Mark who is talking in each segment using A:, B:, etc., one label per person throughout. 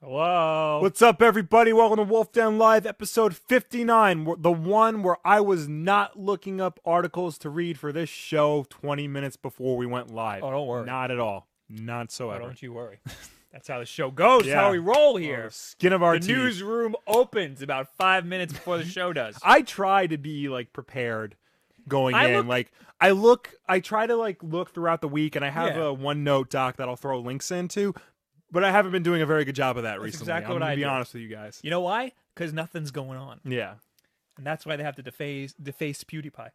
A: Whoa.
B: What's up, everybody? Welcome to Wolf Den Live, episode 59, wh- the one where I was not looking up articles to read for this show 20 minutes before we went live.
A: Oh, don't worry.
B: Not at all. Not so
A: Oh,
B: ever.
A: don't you worry. That's how the show goes.
B: Yeah.
A: How we roll here.
B: Skin of our
A: the
B: teeth.
A: newsroom opens about five minutes before the show does.
B: I try to be like prepared going
A: I
B: in.
A: look-
B: like I look, I try to like look throughout the week, and I have
A: Yeah.
B: a OneNote doc that I'll throw links into. But I haven't been doing a very good job of that recently.
A: exactly
B: I'm
A: what
B: gonna
A: I
B: be
A: do.
B: honest with you guys.
A: You know why? Because nothing's going on,
B: Yeah.
A: and that's why they have to deface deface PewDiePie.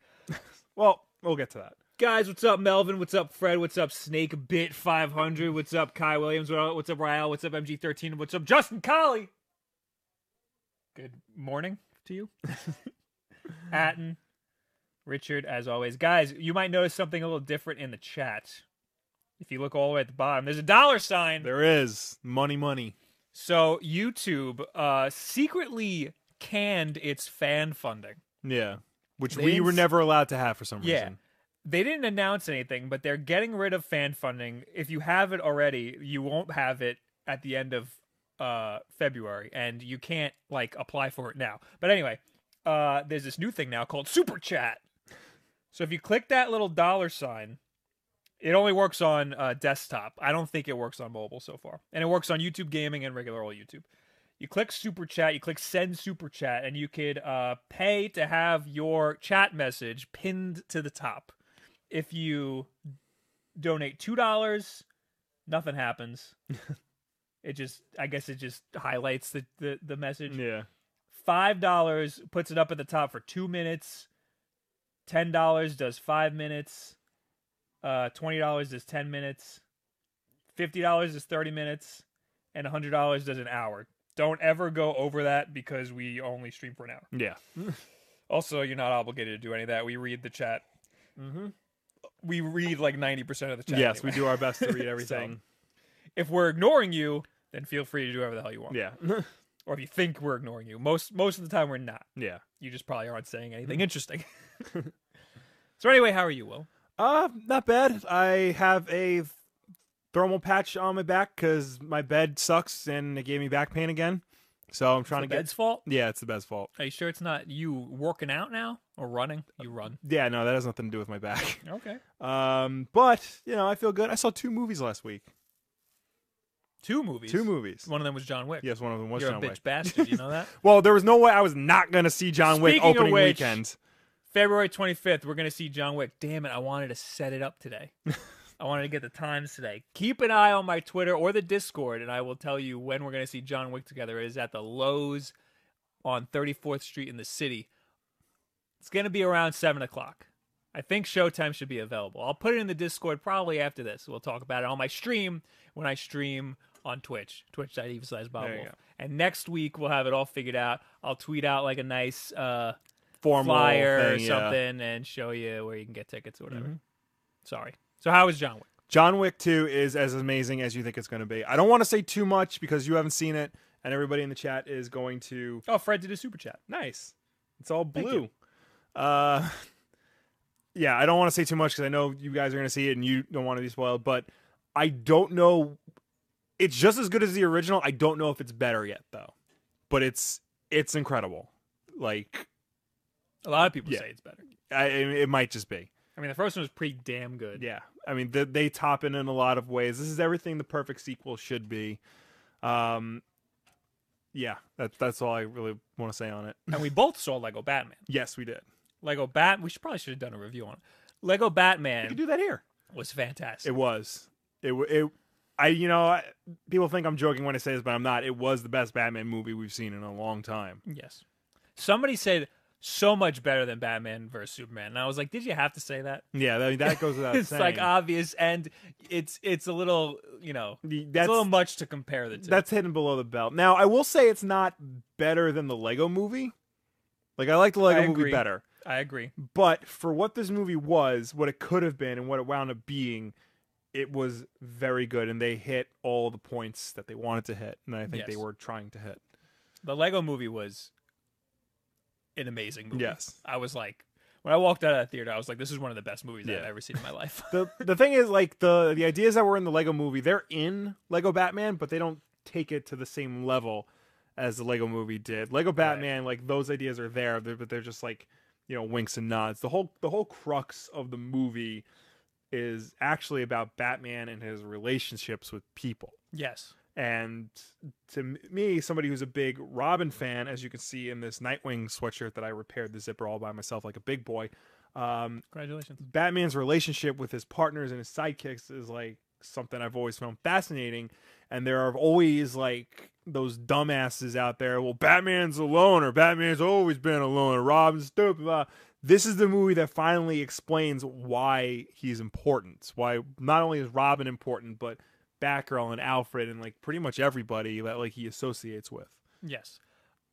B: Well, we'll get to that.
A: Guys, what's up, Melvin? What's up, Fred? What's up, Snake Bit Five Hundred? What's up, Kai Williams? What- What's up, Ryle? What's up, MG Thirteen? What's up, Justin Collie? Good morning to you, Atten, Richard. As always, guys, you might notice something a little different in the chat. If you look all the way at the bottom, there's a dollar sign.
B: There is money, money.
A: So YouTube uh, secretly canned its fan funding.
B: Yeah. Which
A: They
B: we
A: didn't
B: were
A: s-
B: never allowed to have for some
A: Yeah.
B: reason.
A: They didn't announce anything, but they're getting rid of fan funding. If you have it already, you won't have it at the end of uh, February, and you can't like apply for it now. But anyway, uh, there's this new thing now called Super Chat. So if you click that little dollar sign, it only works on uh, desktop. I don't think it works on mobile so far, and it works on YouTube Gaming and regular old YouTube. You click Super Chat, you click Send Super Chat, and you could uh, pay to have your chat message pinned to the top. If you donate two dollars, nothing happens. it just, I guess, it just highlights the the, the message
B: Yeah.
A: five dollars puts it up at the top for two minutes ten dollars does five minutes uh twenty dollars does ten minutes fifty dollars is thirty minutes and a hundred dollars does an hour don't ever go over that because we only stream for an hour
B: Yeah.
A: also you're not obligated to do any of that we read the chat
B: Mm-hmm.
A: we read like 90% of the chat
B: yes, we
A: anyway.
B: do our best to read everything.
A: if we're ignoring you then feel free to do whatever the hell you want
B: Yeah.
A: or if you think we're ignoring you most most of the time we're not
B: yeah.
A: you just probably aren't saying
B: Hmm.
A: anything interesting. so anyway, how are you, Will?
B: Uh, not bad. I have a thermal patch on my back because my bed sucks and it gave me back pain again. So I'm trying
A: It's
B: to
A: the
B: get.
A: bed's fault.
B: Yeah, it's the bed's fault.
A: Are you sure it's not you working out now or running? You run.
B: Yeah, no, that has nothing to do with my back.
A: Okay.
B: Um, but you know, I feel good. I saw two movies last week.
A: Two movies.
B: Two movies.
A: One of them was John Wick.
B: Yes, one of them was
A: You're
B: John
A: a bitch
B: Wick.
A: bastard. You know that.
B: Well, there was no way I was not gonna see John Wick
A: Speaking of
B: opening
A: which-
B: weekend.
A: February 25th, we're gonna see John Wick. Damn it! I wanted to set it up today. I wanted to get the times today. Keep an eye on my Twitter or the Discord, and I will tell you when we're gonna see John Wick together. It is at the Lowe's on 34th Street in the city. It's going to be around 7 o'clock. I think showtime should be available. I'll put it in the Discord probably after this. We'll talk about it on my stream when I stream on Twitch, twitch.tv slash Bob
B: There you
A: Wolf.
B: go.
A: And next week, we'll have it all figured out. I'll tweet out like a nice uh,
B: Formal
A: flyer
B: thing,
A: or
B: yeah. Mm-hmm.
A: something and show you where you can get tickets or whatever. Sorry. So, how was John Wick?
B: John Wick 2 is as amazing as you think it's going to be. I don't want to say too much because you haven't seen it, and everybody in the chat is going to.
A: Oh, Fred did a super chat.
B: Nice. It's all
A: Thank
B: blue. Uh, yeah, I don't want to say too much because I know you guys are going to see it and you don't want to be spoiled, but I don't know. It's just as good as the original. I don't know if it's better yet, though. But it's it's incredible. Like,
A: A lot of people
B: Yeah.
A: say it's better.
B: I, it might just be.
A: I mean, the first one was pretty damn good.
B: Yeah, I mean th they top in in a lot of ways. This is everything the perfect sequel should be. Um, yeah, that's that's all I really want to say on it.
A: And we both saw Lego Batman.
B: Yes, we did.
A: Lego Bat. We should probably should have done a review on it. Lego
B: We could
A: Batman
B: do that here.
A: was fantastic.
B: It was. It wa- it. I you know I, people think I'm joking when I say this, but I'm not. It was the best Batman movie we've seen in a long time.
A: yes. Somebody said so much better than Batman versus Superman, and I was like, "Did you have to say that?"
B: Yeah, that, that goes without
A: it's
B: saying.
A: like uh, obvious, and it's it's a little you know
B: The-
A: it's
B: that's
A: a little much to compare the two.
B: that's hidden below the belt. Now I will say it's not better than the Lego Movie. Like I like the Lego
A: I
B: Movie
A: agree.
B: better.
A: I agree.
B: But for what this movie was, what it could have been, and what it wound up being, it was very good, and they hit all the points that they wanted to hit, and I think they
A: Yes.
B: were trying to hit.
A: The Lego Movie was an amazing movie.
B: Yes.
A: I was like, when I walked out of that theater, I was like, "This is one of the best movies I've
B: Yeah.
A: ever seen in my life."
B: the The thing is, like the the ideas that were in the Lego Movie, they're in Lego Batman, but they don't take it to the same level as the Lego movie did. Lego Batman, like those ideas are there, but but they're just like, you know, winks and nods. The whole the whole crux of the movie is actually about Batman and his relationships with people.
A: Yes.
B: And to me, somebody who's a big Robin fan, as you can see in this Nightwing sweatshirt that I repaired the zipper all by myself like a big boy, um,
A: Congratulations.
B: Batman's relationship with his partners and his sidekicks is like something I've always found fascinating. And there are always like those dumbasses out there. Well, Batman's a loner. Batman's always been a loner. Robin's stupid. Blah. This is the movie that finally explains why he's important. Why not only is Robin important, but Batgirl and Alfred and like pretty much everybody that like he associates with.
A: Yes.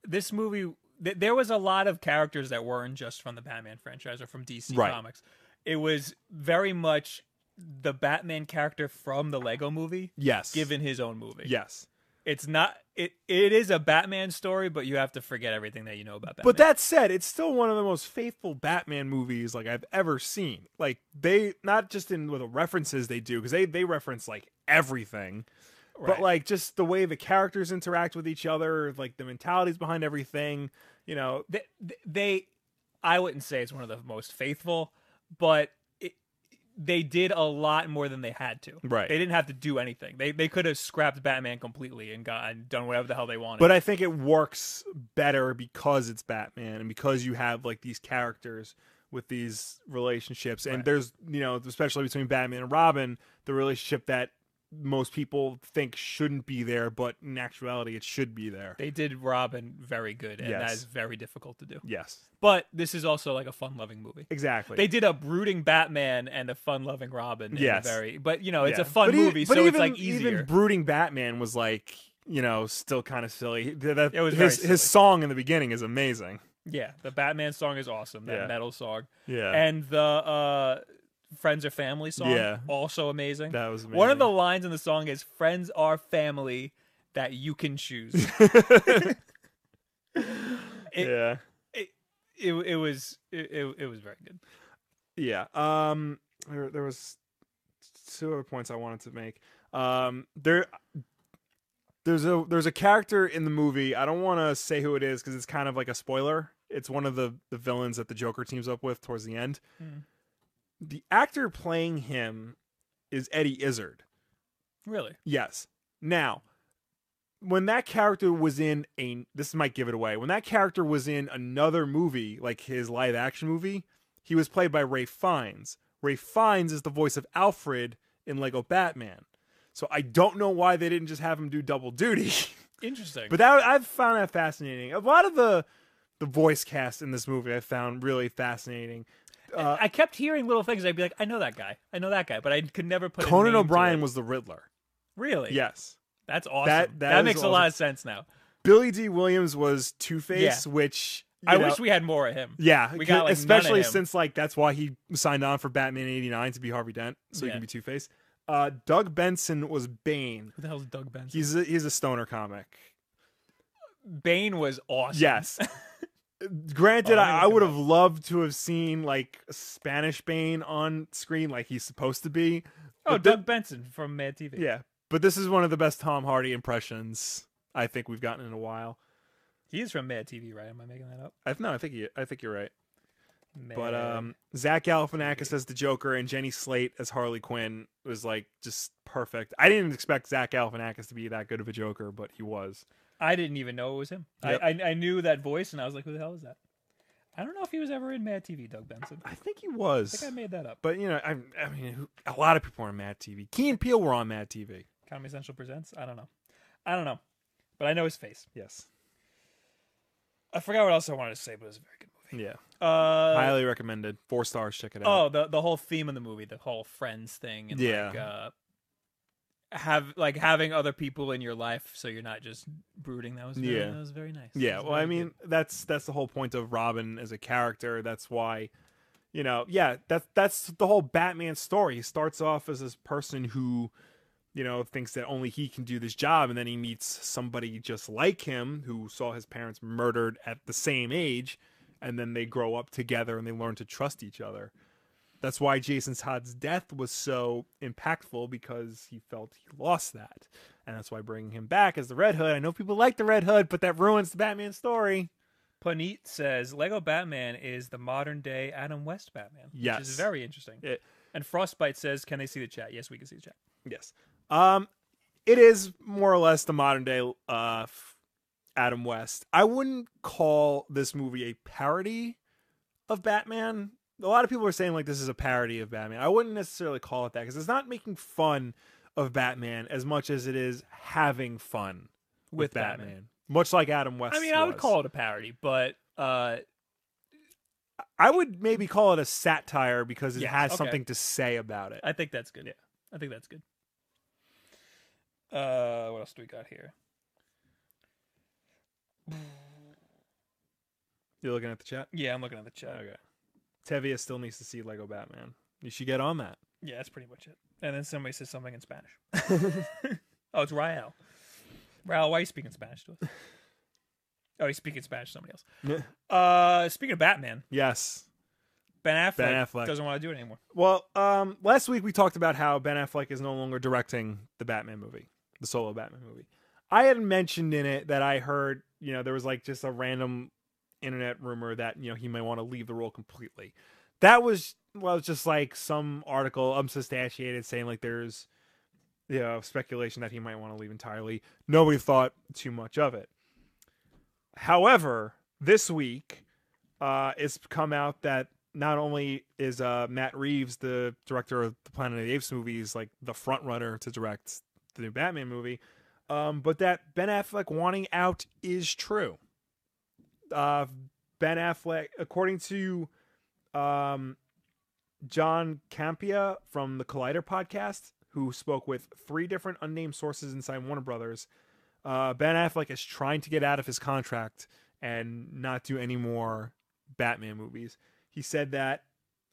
A: This movie, th- there was a lot of characters that weren't just from the Batman franchise or from DC
B: Right.
A: Comics. It was very much the Batman character from the Lego movie
B: Yes.
A: given his own movie.
B: Yes.
A: It's not it it is a Batman story, but you have to forget everything that you know about Batman.
B: But that said, it's still one of the most faithful Batman movies like I've ever seen. Like they not just in with the references they do because they they reference like everything,
A: Right.
B: but like just the way the characters interact with each other, like the mentalities behind everything. You know,
A: they, they I wouldn't say it's one of the most faithful, but it, they did a lot more than they had to.
B: Right.
A: They didn't have to do anything. They they could have scrapped Batman completely and got and done whatever the hell they wanted.
B: but I think it works better because it's Batman and because you have like these characters with these relationships and
A: Right.
B: there's you know especially between Batman and Robin the relationship that most people think shouldn't be there but in actuality it should be there.
A: they did Robin very good, and that
B: Yes.
A: is very difficult to do.
B: Yes,
A: But this is also like a fun-loving movie.
B: exactly.
A: They did a brooding Batman and a fun-loving Robin. in a
B: Yes.
A: very. But you know, it's
B: Yeah.
A: a fun
B: But e-
A: movie,
B: but
A: so it's
B: even-
A: like easier.
B: Even brooding Batman was like, you know, still kind of silly. Th- that-
A: It was very
B: his his song in the beginning is amazing.
A: Yeah, the Batman song is awesome. That
B: Yeah.
A: metal song.
B: Yeah,
A: And the uh Friends are Family song,
B: Yeah.
A: also amazing.
B: that was amazing.
A: One of the lines in the song is Friends are family that you can choose. it-
B: yeah,
A: it, it it was it, it, it was very good.
B: yeah. Um, there, there was two other points I wanted to make. Um, there. There's a there's a character in the movie. I don't want to say who it is because it's kind of like a spoiler. It's one of the the villains that the Joker teams up with towards the end.
A: Hmm.
B: The actor playing him is Eddie Izzard.
A: Really?
B: Yes. Now, when that character was in a this might give it away. When that character was in another movie, like his live action movie, he was played by Ray Fiennes. Ray Fiennes is the voice of Alfred in Lego Batman. So I don't know why they didn't just have him do double duty.
A: Interesting.
B: but that I've found that fascinating. A lot of the the voice cast in this movie I found really fascinating. Uh,
A: I kept hearing little things. I'd be like, I know that guy. I know that guy, but I could never put a name
B: Conan
A: to
B: O'Brien
A: it.
B: was the Riddler.
A: really.
B: Yes.
A: that's awesome. That,
B: That- that is
A: makes a lot of sense now.
B: Billy D. Williams was Two Face, which you
A: I
B: know-
A: wish we had more of him.
B: Yeah,
A: We got, like, none of
B: especially
A: him.
B: since like that's why he signed on for Batman '89 to be Harvey Dent, so
A: Yeah.
B: he can be Two Face. Uh, Doug Benson was Bane.
A: Who the hell's Doug Benson?
B: He's a, he's a stoner comic.
A: Bane was awesome.
B: Yes. Granted,
A: Oh, I
B: I,
A: didn't
B: I
A: look
B: would
A: him
B: have loved to have seen like Spanish Bane on screen, like he's supposed to be.
A: Oh,
B: But thi-
A: Doug Benson from Mad TV.
B: yeah, but this is one of the best Tom Hardy impressions I think we've gotten in a while.
A: He is from Mad TV, right? Am I making that up?
B: I, no, I think you, I think you're right. But
A: Mad-
B: um, Zach Galifianakis as the Joker and Jenny Slate as Harley Quinn was like just perfect. I didn't expect Zach Galifianakis to be that good of a Joker, but he was.
A: I didn't even know it was him.
B: Yep.
A: I, I I knew that voice, and I was like, "Who the hell is that?" I don't know if he was ever in Mad TV, Doug Benson.
B: I think he
A: I
B: was.
A: think I made that up.
B: But you know, I, I mean, who- a lot of people are on Mad TV. Key and Peele were on Mad TV.
A: Comedy Central presents. I don't know. I don't know, but I know his face.
B: Yes.
A: I forgot what else I wanted to say, but it was a very good movie.
B: Yeah.
A: Uh,
B: Highly recommended. Four stars. Check it out.
A: oh, the the whole theme of the movie, the whole friends thing, and
B: Yeah.
A: like uh, have like having other people in your life, so you're not just brooding. That was very,
B: Yeah.
A: that was very nice. That
B: Yeah,
A: was
B: well, I
A: very good.
B: mean, that's that's the whole point of Robin as a character. That's why, you know, yeah, that's that's the whole Batman story. He starts off as this person who, you know, thinks that only he can do this job, and then he meets somebody just like him who saw his parents murdered at the same age, and then they grow up together and they learn to trust each other. That's why Jason Todd's death was so impactful because he felt he lost that. And that's why bringing him back as the Red Hood. I know people like the Red Hood, but that ruins the Batman story.
A: Panit says Lego Batman is the modern day Adam West Batman. Which
B: Yes.
A: is very interesting.
B: It-
A: and Frostbite says, Can they see the chat? Yes, we can see the chat.
B: Yes. Um, it is more or less the modern day uh, f- Adam West. I wouldn't call this movie a parody of Batman. A lot of people are saying like this is a parody of Batman. I wouldn't necessarily call it that because it's not making fun of Batman as much as it is having fun with,
A: With
B: Batman.
A: Batman.
B: much like Adam West.
A: I mean, I would
B: was.
A: call it a parody, but uh,
B: I would maybe call it a satire because it
A: Yeah,
B: has
A: okay.
B: something to say about it.
A: I think that's good. Yeah, I think that's good. Uh, what else do we got here?
B: You're looking at the chat.
A: Yeah, I'm looking at the chat.
B: Okay. Tevia still needs to see Lego Batman. You should get on that.
A: Yeah, that's pretty much it. And then somebody says something in Spanish. oh, it's Rael. Rael, why are you speaking Spanish to us? Oh, he's speaking Spanish to somebody else. Uh, speaking of Batman,
B: Yes.
A: Ben Affleck,
B: Ben Affleck.
A: doesn't want to do it anymore.
B: Well, um, last week we talked about how Ben Affleck is no longer directing the Batman movie, the solo Batman movie. I had mentioned in it that I heard, you know, there was like just a random internet rumor that, you know, he might want to leave the role completely. That was, well, it's just like some article unsubstantiated saying like there's, you know, speculation that he might want to leave entirely. Nobody thought too much of it. However, this week, uh, it's come out that not only is uh, Matt Reeves, the director of the Planet of the Apes movies, like the front runner to direct the new Batman movie, um, but that Ben Affleck wanting out is true. Uh, ben Affleck, according to um, John Campia from the Collider podcast, who spoke with three different unnamed sources inside Warner Brothers, uh, Ben Affleck is trying to get out of his contract and not do any more Batman movies. He said that,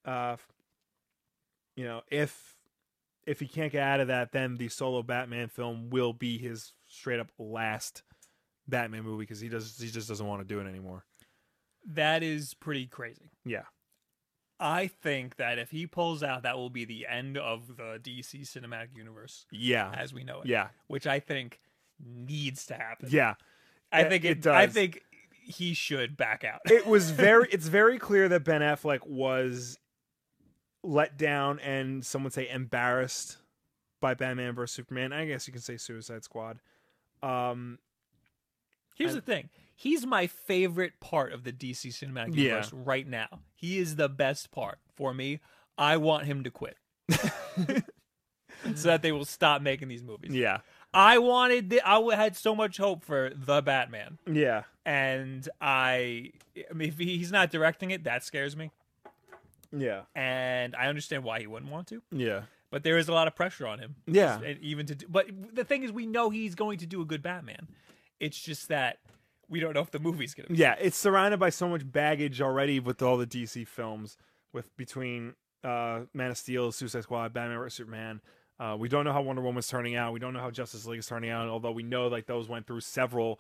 B: uh, you know, if if he can't get out of that, then the solo Batman film will be his straight up last Batman movie because he does he just doesn't want to do it anymore.
A: That is pretty crazy.
B: Yeah.
A: I think that if he pulls out, that will be the end of the DC cinematic universe
B: Yeah.
A: as we know it.
B: Uh-huh. Yeah.
A: Which I think needs to happen.
B: Yeah.
A: I
B: it-
A: think it,
B: it
A: I
B: does.
A: think he should back out.
B: it was very it's very clear that Ben Affleck was let down and some would say embarrassed by Batman versus Superman. I guess you can say Suicide Squad. Um
A: Here's
B: I-
A: the thing. He's my favorite part of the DC cinematic
B: Yeah.
A: universe right now. He is the best part for me. I want him to quit. so that they will stop making these movies.
B: yeah.
A: I wanted the, I w- had so much hope for The Batman
B: Yeah.
A: and I I mean if he- he's not directing it that scares me
B: Yeah.
A: and I understand why he wouldn't want to,
B: Yeah.
A: but there is a lot of pressure on him.
B: Yeah.
A: and even to do, but the thing is we know he's going to do a good batman it's just that we don't know if the movie's gonna be
B: Yeah, it's surrounded by so much baggage already with all the DC films, with between uh, Man of Steel, Suicide Squad, Batman vs Superman. Uh, we don't know how Wonder Woman's turning out. We don't know how Justice League is turning out. Although we know like those went through several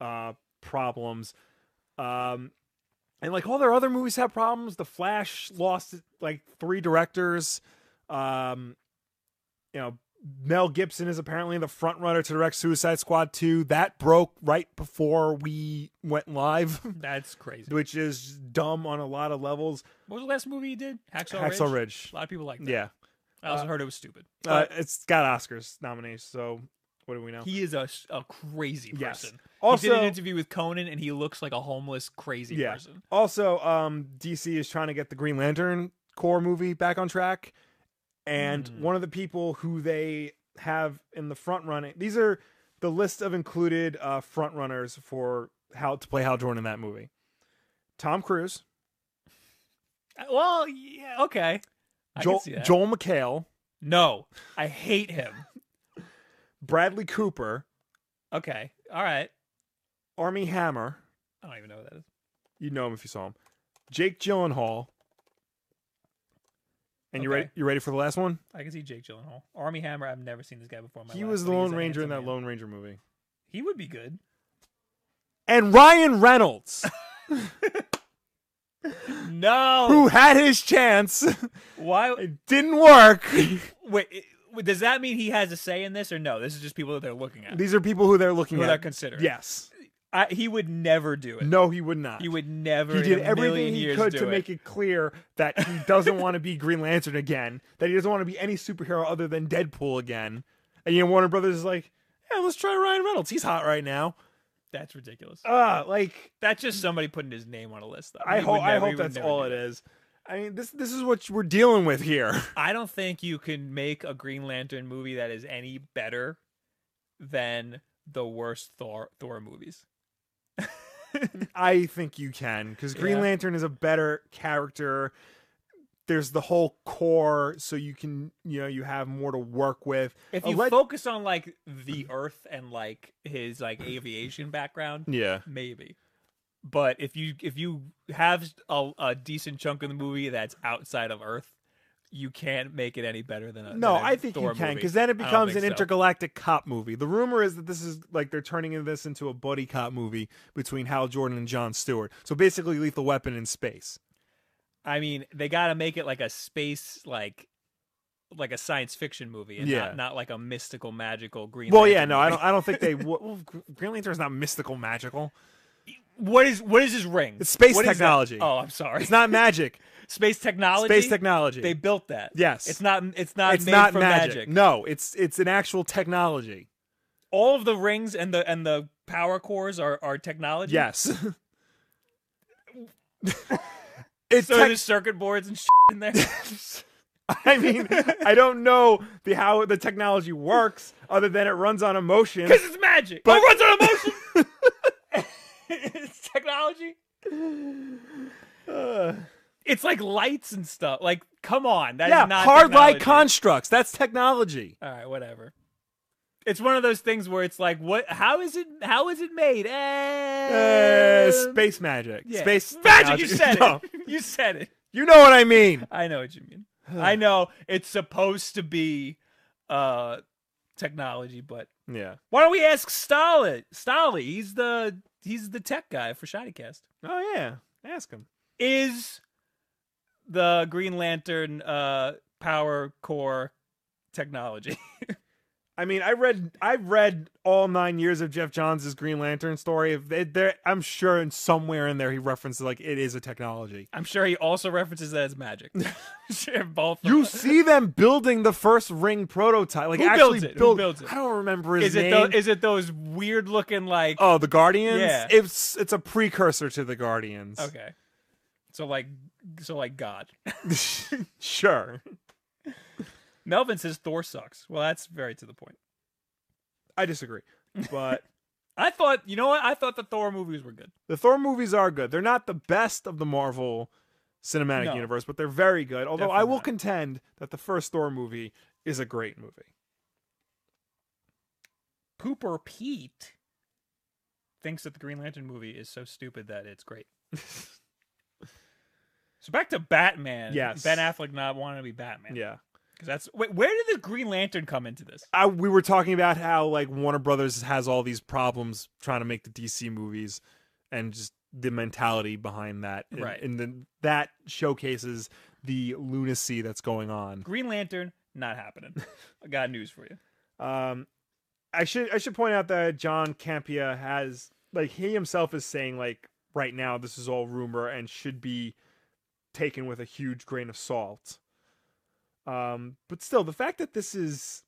B: uh, problems, um, and like all their other movies have problems. The Flash lost like three directors. Um, you know, Mel Gibson is apparently the front runner to direct Suicide Squad 2. That broke right before we went live,
A: that's crazy
B: which is dumb on a lot of levels.
A: what was the last movie he did hacksaw,
B: Hacksaw
A: ridge?
B: Ridge.
A: a lot of people like that
B: Yeah.
A: i also
B: Uh,
A: heard it was stupid
B: Uh,
A: But
B: it's got Oscars nominations, so what do we know?
A: he is a, a crazy
B: Yes.
A: person he did an
B: also,
A: interview with conan and he looks like a homeless crazy
B: Yeah.
A: person
B: also um, DC is trying to get the Green Lantern core movie back on track. And
A: Hmm.
B: one of the people who they have in the front running, these are the list of included uh, front runners for how to play Hal Jordan in that movie. Tom Cruise,
A: Uh, well yeah okay I can
B: Joel,
A: see that.
B: Joel McHale,
A: no i hate him
B: Bradley Cooper,
A: okay all right
B: Army Hammer.
A: i don't even know what that is
B: You'd know him if you saw him. Jake Gyllenhaal. And you
A: Okay.
B: ready? You ready for the last one?
A: i can see jake gyllenhaal army hammer i've never seen this guy before in my
B: he
A: life,
B: was the
A: but he's
B: Lone
A: a
B: Ranger in that
A: handsome man.
B: Lone Ranger movie.
A: he would be good
B: And Ryan Reynolds.
A: No.
B: who had his chance,
A: Why?
B: didn't work.
A: Wait. i- Does that mean he has a say in this, or no? This is just people that they're looking at,
B: These are people who they're looking
A: who they're
B: at.
A: considering.
B: yes.
A: I, he would never do it.
B: No, he would not.
A: He would never.
B: he
A: in
B: did
A: a
B: everything
A: million
B: he
A: years
B: could
A: do
B: to
A: it.
B: make it clear that he doesn't want to be Green Lantern again, that he doesn't want to be any superhero other than Deadpool again. And you know, Warner Brothers is like, yeah, let's try Ryan Reynolds. He's hot right now.
A: That's ridiculous.
B: Uh, like
A: That's just somebody putting his name on a list. Though.
B: I
A: He would
B: hope I
A: never- he
B: hope
A: would
B: that's
A: never
B: all
A: do
B: it
A: that.
B: is. I mean, this this is what we're dealing with here.
A: I don't think you can make a Green Lantern movie that is any better than the worst Thor Thor movies.
B: I think you can because Green
A: Yeah.
B: Lantern is a better character. There's the whole core, so you can you know you have more to work with.
A: If
B: A
A: you
B: leg-
A: focus on like the Earth and like his like aviation background,
B: yeah,
A: maybe. But if you if you have a, a decent chunk of the movie that's outside of Earth, you can't make it any better than a
B: no,
A: than a
B: I think
A: Thor
B: you can
A: movie.
B: because then
A: I
B: it
A: don't
B: becomes an
A: think so.
B: intergalactic cop movie. The rumor is that this is like they're turning this into a buddy cop movie between Hal Jordan and John Stewart. So basically, Lethal Weapon in space.
A: I mean, they got to make it like a space, like like a science fiction movie, and
B: Yeah.
A: not, not like a mystical, magical Green.
B: Well,
A: Lantern
B: yeah, no, I
A: movie.
B: don't. I don't think they. would- Well, Green Lantern's not mystical, magical.
A: What is what is his ring?
B: It's space
A: What is that?
B: technology.
A: Oh, I'm sorry.
B: It's not magic.
A: space technology.
B: Space technology.
A: They built that.
B: Yes.
A: It's not. It's not.
B: it's
A: made
B: not
A: from
B: magic.
A: magic.
B: No, it's it's an actual technology.
A: All of the rings and the and the power cores are are technology.
B: Yes. it's
A: So
B: tech-
A: there's circuit boards and shit in there.
B: I mean, I don't know the how the technology works other than it runs on emotion.
A: Because it's magic.
B: But-
A: But runs on emotion. it's technology.
B: Uh,
A: It's like lights and stuff. Like, come on. That's
B: yeah,
A: not
B: hard light
A: technology.
B: constructs. That's technology.
A: All right, whatever. It's one of those things where it's like, what? How is it? How is it made?
B: Uh,
A: Um,
B: space magic.
A: yeah.
B: Space
A: magic. You
B: technology.
A: said
B: No,
A: it. You said it.
B: You know what I mean.
A: I know what you mean. I know it's supposed to be uh technology, but
B: Yeah.
A: why don't we ask Stolly? Stolly, he's the he's the tech guy for Shoddycast.
B: Oh yeah. Ask him.
A: Is the Green Lantern uh power core technology?
B: I mean, I read I read all nine years of Jeff Johns' Green Lantern story. If they- there, I'm sure in somewhere in there he references like it is a technology.
A: I'm sure he also references that as magic. Sure, both of
B: You
A: them.
B: see them building the first ring prototype, like
A: Who
B: actually
A: builds it? Who
B: build-
A: builds it?
B: I don't remember his
A: is
B: name.
A: it tho- is it those weird looking like
B: oh, the Guardians.
A: Yeah.
B: It's it's a precursor to the Guardians.
A: okay, so like so like God.
B: sure.
A: Melvin says Thor sucks. Well, that's very to the point.
B: I disagree, but
A: I thought you know what I thought the Thor movies were good.
B: the Thor movies are good. They're not the best of the Marvel cinematic
A: No.
B: universe, but they're very good. Although I
A: Definitely
B: will
A: not.
B: contend that the first Thor movie is a great movie.
A: Pooper Pete thinks that the Green Lantern movie is so stupid that it's great. so back to Batman.
B: Yes.
A: Ben Affleck not wanting to be Batman.
B: Yeah.
A: 'Cause that's wait, where did the Green Lantern come into this?
B: I, we were talking about how like Warner Brothers has all these problems trying to make the DC movies, and just the mentality behind that, and,
A: Right.
B: And then that showcases the lunacy that's going on.
A: Green Lantern not happening. I got news for you.
B: Um, I should I should point out that John Campia has like he himself is saying like right now this is all rumor and should be taken with a huge grain of salt. Um, but still, the fact that this is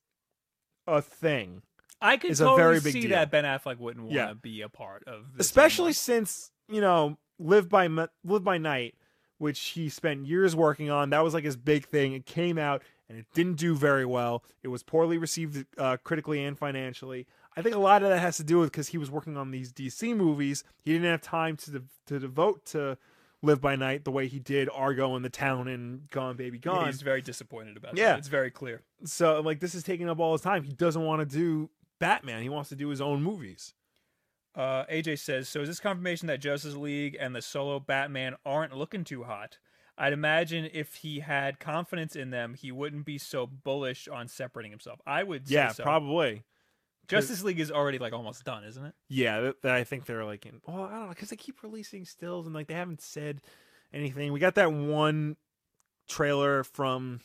B: a thing
A: I could
B: It's a
A: totally
B: very big
A: see
B: deal.
A: that Ben Affleck wouldn't want to
B: Yeah.
A: be a part of, this
B: especially
A: anymore.
B: since you know live by Mi- live by night which he spent years working on that was like his big thing it came out and it didn't do very well it was poorly received uh, critically and financially i think a lot of that has to do with because he was working on these dc movies he didn't have time to de- to devote to live by night the way he did argo and the town and gone baby
A: Yeah,
B: gone
A: He's very disappointed about that.
B: Yeah.
A: It's very clear.
B: so like this is taking up all his time he doesn't want to do batman he wants to do his own movies
A: Uh, AJ says, so is this confirmation that Justice League and the solo Batman aren't looking too hot? I'd imagine if he had confidence in them, he wouldn't be so bullish on separating himself. I would say
B: yeah
A: so.
B: probably
A: Justice League is already like almost done, isn't it?
B: Yeah, that, that I think they're like in. Well, I don't know because they keep releasing stills and like they haven't said anything. We got that one trailer from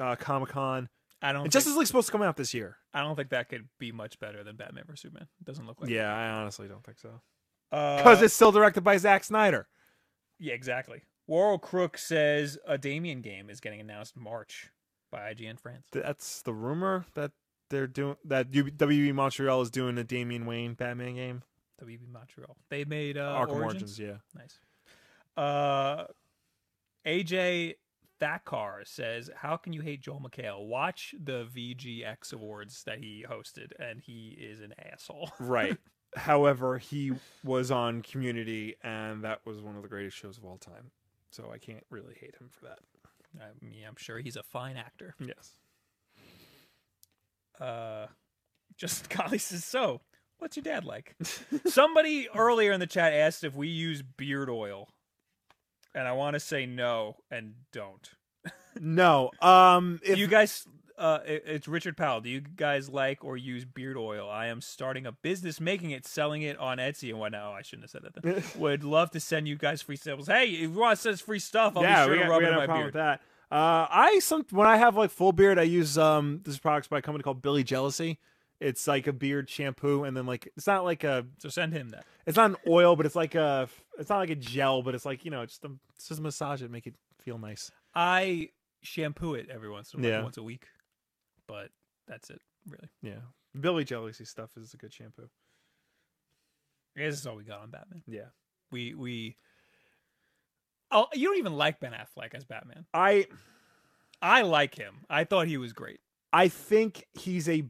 B: uh, Comic Con.
A: I don't. Think,
B: Justice League's supposed to come out this year.
A: I don't think that could be much better than Batman vs Superman. It Uh, doesn't look like.
B: Yeah, I honestly don't think so.
A: Because
B: Because it's still directed by Zack Snyder.
A: yeah, exactly. Warl Crook says a Damien game is getting announced in March by IGN France.
B: That's the rumor that they're doing that U- WWE Montreal is doing a Damian Wayne Batman game.
A: WB Montreal. They made uh,
B: Arkham
A: Origins.
B: Origins, yeah.
A: Nice. Uh, AJ Thakkar says, "How can you hate Joel McHale? Watch the VGX Awards that he hosted, and he is an asshole."
B: Right. However, he was on Community, and that was one of the greatest shows of all time. So I can't really hate him for that.
A: I mean, I'm sure he's a fine actor.
B: Yes.
A: Uh, just Golly says, "So, what's your dad like?" Somebody earlier in the chat asked if we use beard oil, and I want to say no and don't.
B: No. Um. If,
A: you guys uh it- it's richard powell do you guys like or use beard oil i am starting a business making it selling it on etsy and whatnot oh, i shouldn't have said that then. would love to send you guys free samples hey if you want to send us free stuff i'll
B: yeah,
A: be sure
B: we
A: to
B: got,
A: rub
B: we
A: it
B: got
A: in
B: no
A: my
B: problem
A: beard
B: with that. Uh, I some when I have like full beard, I use um this products by a company called Billy Jealousy. It's like a beard shampoo, and then like it's not like a
A: so send him that
B: it's not an oil, but it's like a it's not like a gel, but it's like you know it's just a, it's just massage it, make it feel nice.
A: i shampoo it every once in a while
B: Yeah.
A: once a week but that's it really
B: Yeah, Billy Jealousy stuff is a good shampoo.
A: this is all we got on batman
B: Yeah,
A: we we oh you don't even like ben affleck as batman
B: I
A: i like him i thought he was great
B: I think he's a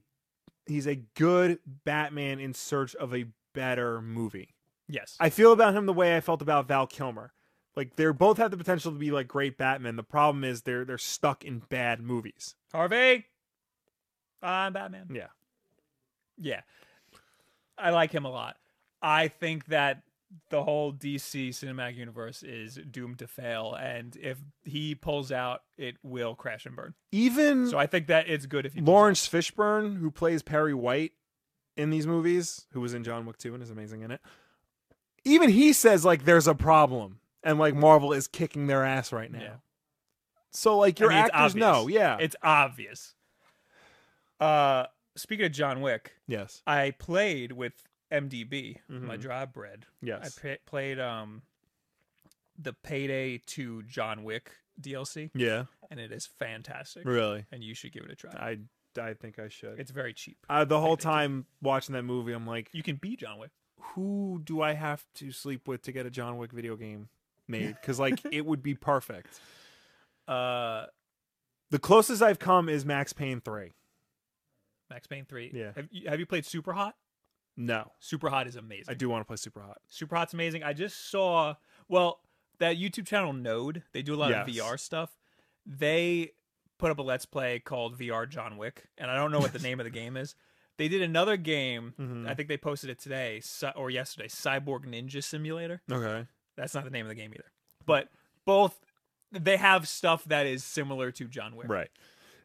B: he's a good Batman in search of a better movie.
A: yes
B: I feel about him the way I felt about Val Kilmer. Like they are both have the potential to be like great Batman. The problem is they're they're stuck in bad movies.
A: Harvey, I'm Batman.
B: Yeah.
A: Yeah. I like him a lot. I think that the whole DC cinematic universe is doomed to fail, and if he pulls out, it will crash and burn.
B: Even
A: So I think that it's good if he. pulls
B: Lawrence Fishburne, who plays Perry White in these movies, who was in John Wick 2 and is amazing in it. Even he says like there's a problem and like Marvel is kicking their ass right now.
A: Yeah.
B: So like your
A: I mean, it's
B: actors know,
A: obvious.
B: yeah.
A: out. It's obvious. Uh, speaking of John Wick,
B: yes.
A: I played with MDB, my
B: Mhm.
A: job bread, I
B: Yes.
A: pa- played um the Payday to John Wick DLC,
B: yeah.
A: and it is fantastic.
B: Really.
A: And you should give it a try.
B: I I think I should.
A: It's very cheap.
B: Uh, the whole
A: think they do.
B: time watching that movie, I'm like,
A: You can be John Wick.
B: who do I have to sleep with to get a John Wick video game made? Because like it would be perfect.
A: Uh,
B: The closest I've come is Max Payne three.
A: Max Payne three.
B: Yeah.
A: Have you, have you played Super Hot?
B: No,
A: Super Hot is
B: I
A: amazing.
B: do want to play Super Hot.
A: Super Hot's amazing. I just saw well that YouTube channel Node. They do a lot of
B: Yes.
A: VR stuff. They put up a Let's Play called VR John Wick, and I don't know what the name of the game is. They did another game.
B: Mhm.
A: I think they posted it today Cy- or yesterday. Cyborg Ninja Simulator.
B: Okay,
A: That's not the name of the game either. But both they have stuff that is similar to John Wick.
B: right,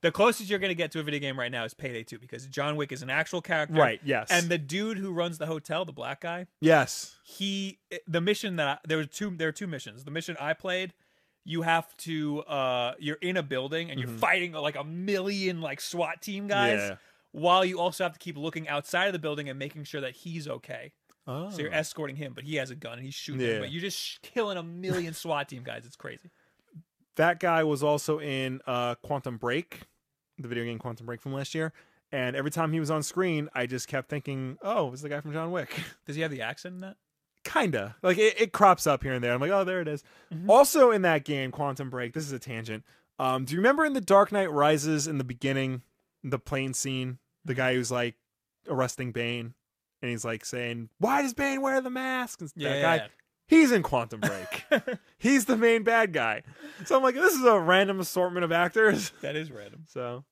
A: The closest you're going to get to a video game right now is Payday 2 because John Wick is an actual character.
B: right, yes,
A: And the dude who runs the hotel, the black guy,
B: yes,
A: he the mission that I, there was two there are two missions. The mission I played, you have to uh you're in a building and you're fighting like a million like SWAT team guys
B: Mm-hmm. Yeah.
A: while you also have to keep looking outside of the building and making sure that he's okay.
B: Oh.
A: So you're escorting him, but he has a gun and he's shooting.
B: Yeah.
A: But you're just sh- killing a million SWAT team guys. It's crazy.
B: that guy was also in uh, Quantum Break, the video game Quantum Break from last year. And every time he was on screen, I just kept thinking, "Oh, it's the guy from John Wick."
A: Does he have the accent in that?
B: kinda like it, it crops up here and there i'm like oh there it is. also in that game quantum break this is a tangent um do you remember in the dark knight rises in the beginning the plane scene the guy who's like arresting bane and he's like saying why does bane wear the mask and that guy he's in quantum break he's the main bad guy so i'm like this is a random assortment of actors
A: that is random.
B: so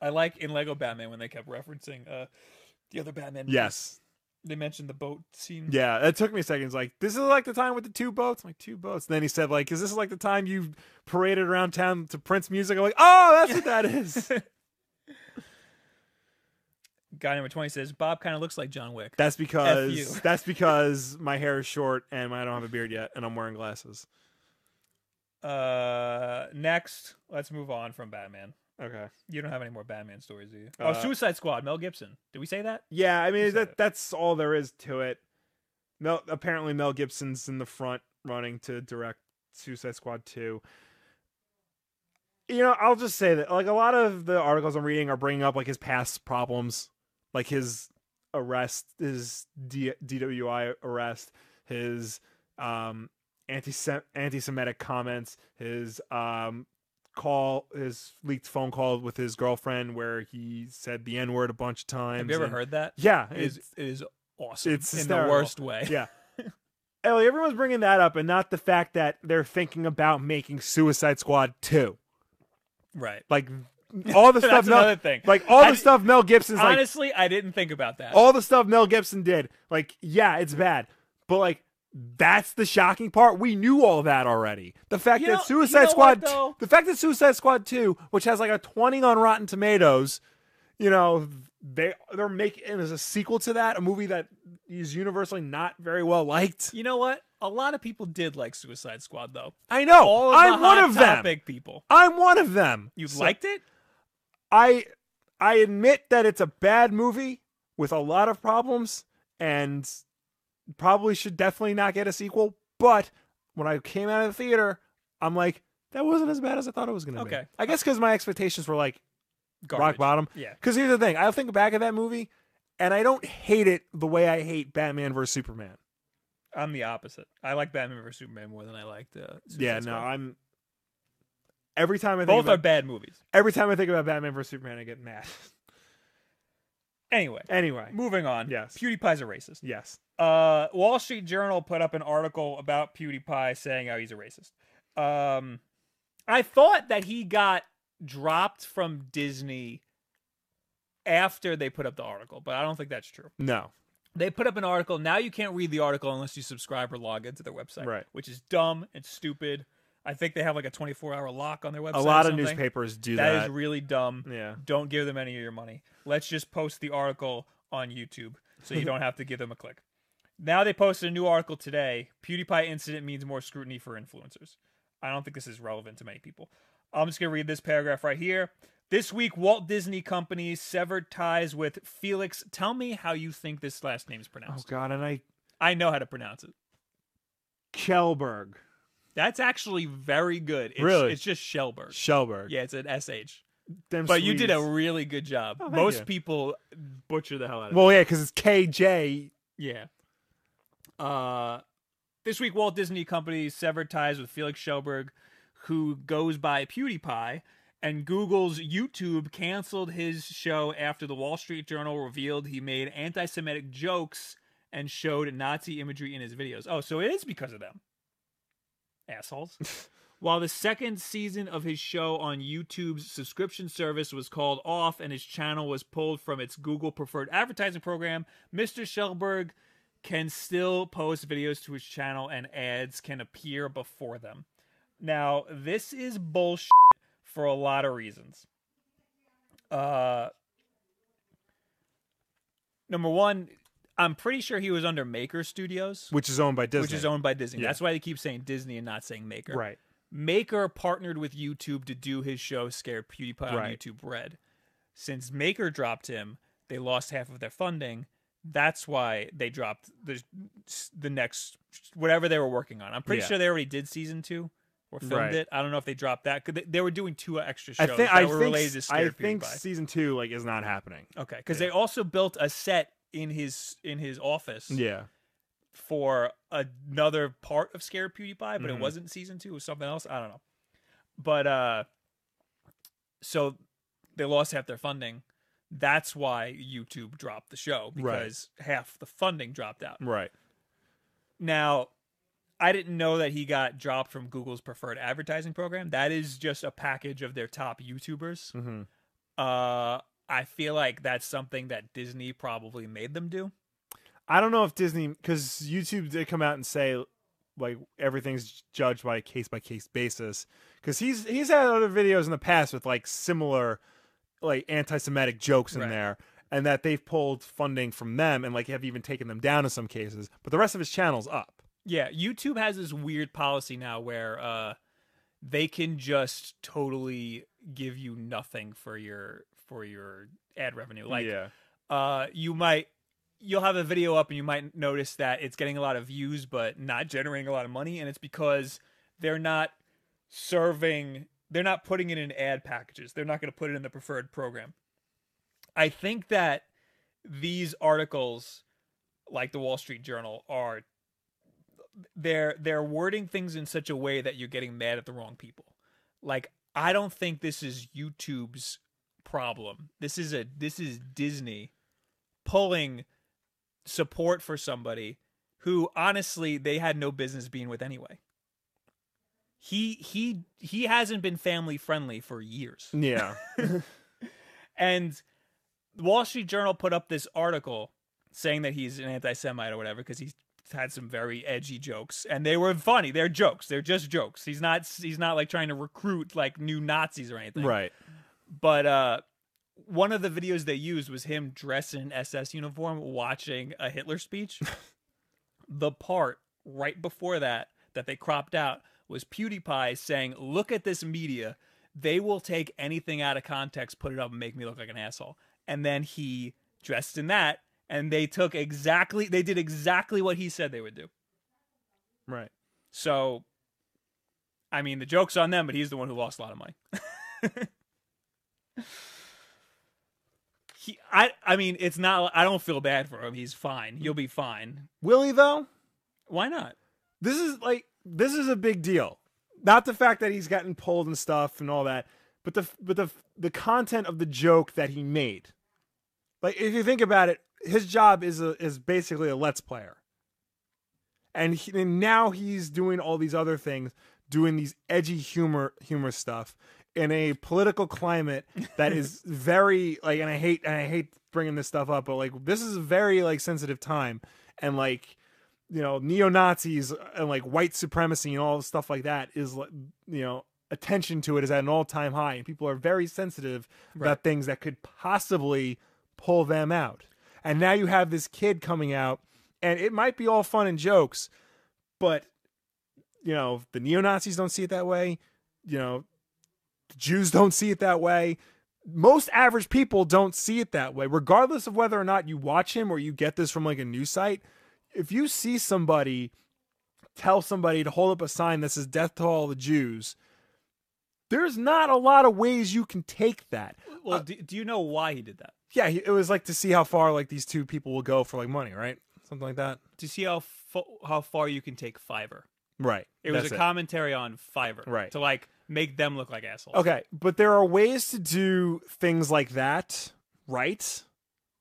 A: I like in Lego Batman when they kept referencing uh the other Batman. movies.
B: yes
A: they mentioned the boat scene.
B: Yeah, that took me a second. It's like, this is like the time with the two boats. I'm like, two boats. And then he said, like, is this like the time you paraded around town to Prince music? I'm like, oh, that's what that is.
A: Guy number twenty says Bob kind of looks like John Wick.
B: that's
A: you.
B: because that's because my hair is short and I don't have a beard yet, and I'm wearing glasses.
A: Uh, next, let's move on from Batman.
B: Okay.
A: You don't have any more Batman stories, do you?
B: Uh,
A: oh, Suicide Squad, Mel Gibson. Did we say that?
B: Yeah, I mean
A: Is
B: that
A: it-
B: that's all there is to it. Mel apparently Mel Gibson's in the front running to direct Suicide Squad 2. You know, I'll just say that like a lot of the articles I'm reading are bringing up like his past problems, like his arrest, his D- DWI arrest, his um anti anti-Semitic comments, his um call, his leaked phone call with his girlfriend where he said the N word a bunch of times.
A: Have you ever
B: and-
A: heard that?
B: yeah,
A: It is,
B: it's-
A: it is awesome.
B: it's
A: in the
B: hysterical.
A: worst way.
B: yeah. Ellie, everyone's bringing that up, and not the fact that they're thinking about making Suicide Squad two.
A: Right.
B: Like all the stuff,
A: That's
B: Mel,
A: another thing.
B: like all
A: I
B: the
A: di-
B: stuff Mel Gibson's like,
A: Honestly, I didn't think about that.
B: all the stuff Mel Gibson did. Like, yeah, it's bad, but like that's the shocking part. We knew all that already. The fact
A: You
B: that
A: know- you
B: Suicide
A: know what,
B: Squad,
A: though?
B: the fact that Suicide Squad two, which has like a twenty on Rotten Tomatoes, you know, they they're making and there's a sequel to that, a movie that is universally not very well liked.
A: you know what? A lot of people did like Suicide Squad, though.
B: I know.
A: All of the
B: Oh, I'm one
A: Hot
B: of them.
A: Topic people.
B: I'm one of them.
A: You
B: So
A: liked it?
B: I I admit that it's a bad movie with a lot of problems and probably should definitely not get a sequel, but when I came out of the theater, I'm like that wasn't as bad as I thought it was going to be.
A: Okay.
B: I guess cuz my expectations were like rock
A: Garbage.
B: bottom.
A: Yeah.
B: Cuz here's the thing, I'll think back at that movie and I don't hate it the way I hate Batman versus Superman.
A: I'm the opposite. I like Batman vs Superman more than I liked. Uh, Suicide
B: yeah, no,
A: Squad.
B: I'm every time I think
A: both
B: about,
A: are bad movies.
B: every time I think about Batman versus Superman I get mad.
A: Anyway,
B: anyway,
A: moving on.
B: Yes.
A: PewDiePie's a racist.
B: yes.
A: Uh, Wall Street Journal put up an article about PewDiePie saying how he's a racist. Um, I thought that he got dropped from Disney after they put up the article, but I don't think that's true.
B: No.
A: They put up an article. Now you can't read the article unless you subscribe or log into their website,
B: Right.
A: Which is dumb and stupid. I think they have like a 24 hour lock on their website.
B: A
A: or
B: lot of
A: something.
B: newspapers do
A: that
B: that.
A: is really dumb.
B: yeah.
A: Don't give them any of your money. Let's just post the article on YouTube so you don't have to give them a click. Now they posted a new article today. PewDiePie incident means more scrutiny for influencers. I don't think this is relevant to many people. I'm just going to read this paragraph right here. This week, Walt Disney Company severed ties with Felix. Tell me how you think this last name is
B: Oh
A: pronounced.
B: god, and I
A: I know how to pronounce it.
B: Kellberg.
A: That's actually very good. It's,
B: Really?
A: It's just Shellberg.
B: Shellberg.
A: Yeah, it's an SH.
B: Them
A: But you did a
B: Swedes.
A: really good job.
B: thank
A: Most
B: you.
A: people butcher the hell out of it.
B: Well, yeah, cuz it's KJ.
A: Yeah. Uh, this week, Walt Disney Company severed ties with Felix Schellberg, who goes by PewDiePie, and Google's YouTube canceled his show after the Wall Street Journal revealed he made anti Semitic jokes and showed Nazi imagery in his videos. Oh, so it is because of them. Assholes. While the second season of his show on YouTube's subscription service was called off and his channel was pulled from its Google preferred advertising program, Mr. Schellberg can still post videos to his channel and ads can appear before them. Now, this is bullshit for a lot of reasons. Uh, number one, I'm pretty sure he was under Maker Studios,
B: Which is owned by Disney.
A: which is owned by Disney.
B: Yeah.
A: That's why they keep saying Disney and not saying Maker.
B: Right.
A: Maker partnered with YouTube to do his show Scared PewDiePie on
B: Right.
A: YouTube Red. Since Maker dropped him, they lost half of their funding. That's why they dropped the the next whatever they were working on. I'm pretty
B: Yeah.
A: sure they already did season two or filmed
B: Right.
A: it. I don't know if they dropped that. 'cause They, they were doing two extra
B: I
A: shows
B: think
A: that
B: I
A: were
B: think
A: related to
B: I
A: Scared
B: think
A: PewDiePie.
B: season 2 like is not happening.
A: okay, because
B: Yeah.
A: they also built a set in his in his office
B: Yeah.
A: for another part of Scared PewDiePie, but
B: Mhm.
A: it wasn't season two. It was something else. I don't know. But uh, so they lost half their funding. That's why YouTube dropped the show
B: Right.
A: because half the funding dropped out.
B: Right.
A: Now, I didn't know that he got dropped from Google's preferred advertising program. That is just a package of their top YouTubers.
B: Mhm.
A: Uh, I feel like that's something that Disney probably made them do.
B: I don't know if Disney cuz YouTube did come out and say like everything's judged by a case by case basis cuz he's he's had other videos in the past with like similar like anti-Semitic jokes in
A: Right.
B: there, and that they've pulled funding from them and like have even taken them down in some cases. But the rest of his channel's up.
A: Yeah, YouTube has this weird policy now where uh they can just totally give you nothing for your for your ad revenue. Like
B: yeah,
A: uh you might you'll have a video up and you might notice that it's getting a lot of views but not generating a lot of money and it's because they're not serving they're not putting it in ad packages they're not going to put it in the preferred program i think that these articles like the wall street journal are they're they're wording things in such a way that you're getting mad at the wrong people like i don't think this is youtube's problem this is a this is disney pulling support for somebody who honestly they had no business being with anyway. He he he hasn't been family friendly for years.
B: yeah.
A: And the Wall Street Journal put up this article saying that he's an anti Semite or whatever because he's had some very edgy jokes and they were funny. They're jokes. They're just jokes. He's not he's not like trying to recruit like new Nazis or anything.
B: right.
A: But uh one of the videos they used was him dressed in an SS uniform watching a Hitler speech. the part right before that that they cropped out was PewDiePie saying, "Look at this media. They will take anything out of context, put it up, and make me look like an asshole." And then he dressed in that, and they took exactly they did exactly what he said they would do.
B: Right.
A: So, I mean, the joke's on them, but he's the one who lost a lot of money. he, I, I mean, it's not. I don't feel bad for him. He's fine. You'll be fine.
B: Willie though,
A: Why not?
B: this is like this is a big deal. Not the fact that he's gotten pulled and stuff and all that, but the but the the content of the joke that he made. Like if you think about it, his job is a, is basically a let's player. And, he, and now he's doing all these other things, doing these edgy humor humor stuff in a political climate that is very like and I hate and I hate bringing this stuff up, but like this is a very like sensitive time and like you know neo Nazis and like white supremacy and all this stuff like that is like you know attention to it is at an all time high and people are very sensitive
A: Right.
B: about things that could possibly pull them out. And now you have this kid coming out, and it might be all fun and jokes, but you know the neo Nazis don't see it that way. You know the Jews don't see it that way. Most average people don't see it that way, regardless of whether or not you watch him or you get this from like a news site if you see somebody tell somebody to hold up a sign that says death to all the Jews, there's not a lot of ways you can take that.
A: Well, do, do you know why he did that?
B: Yeah, he- it was like to see how far like these two people will go for like money, right? Something like that.
A: To see how fo- how far you can take Fiverr.
B: Right.
A: It was a commentary on Fiverr,
B: Right.
A: To like make them look like assholes.
B: Okay, but there are ways to do things like that right,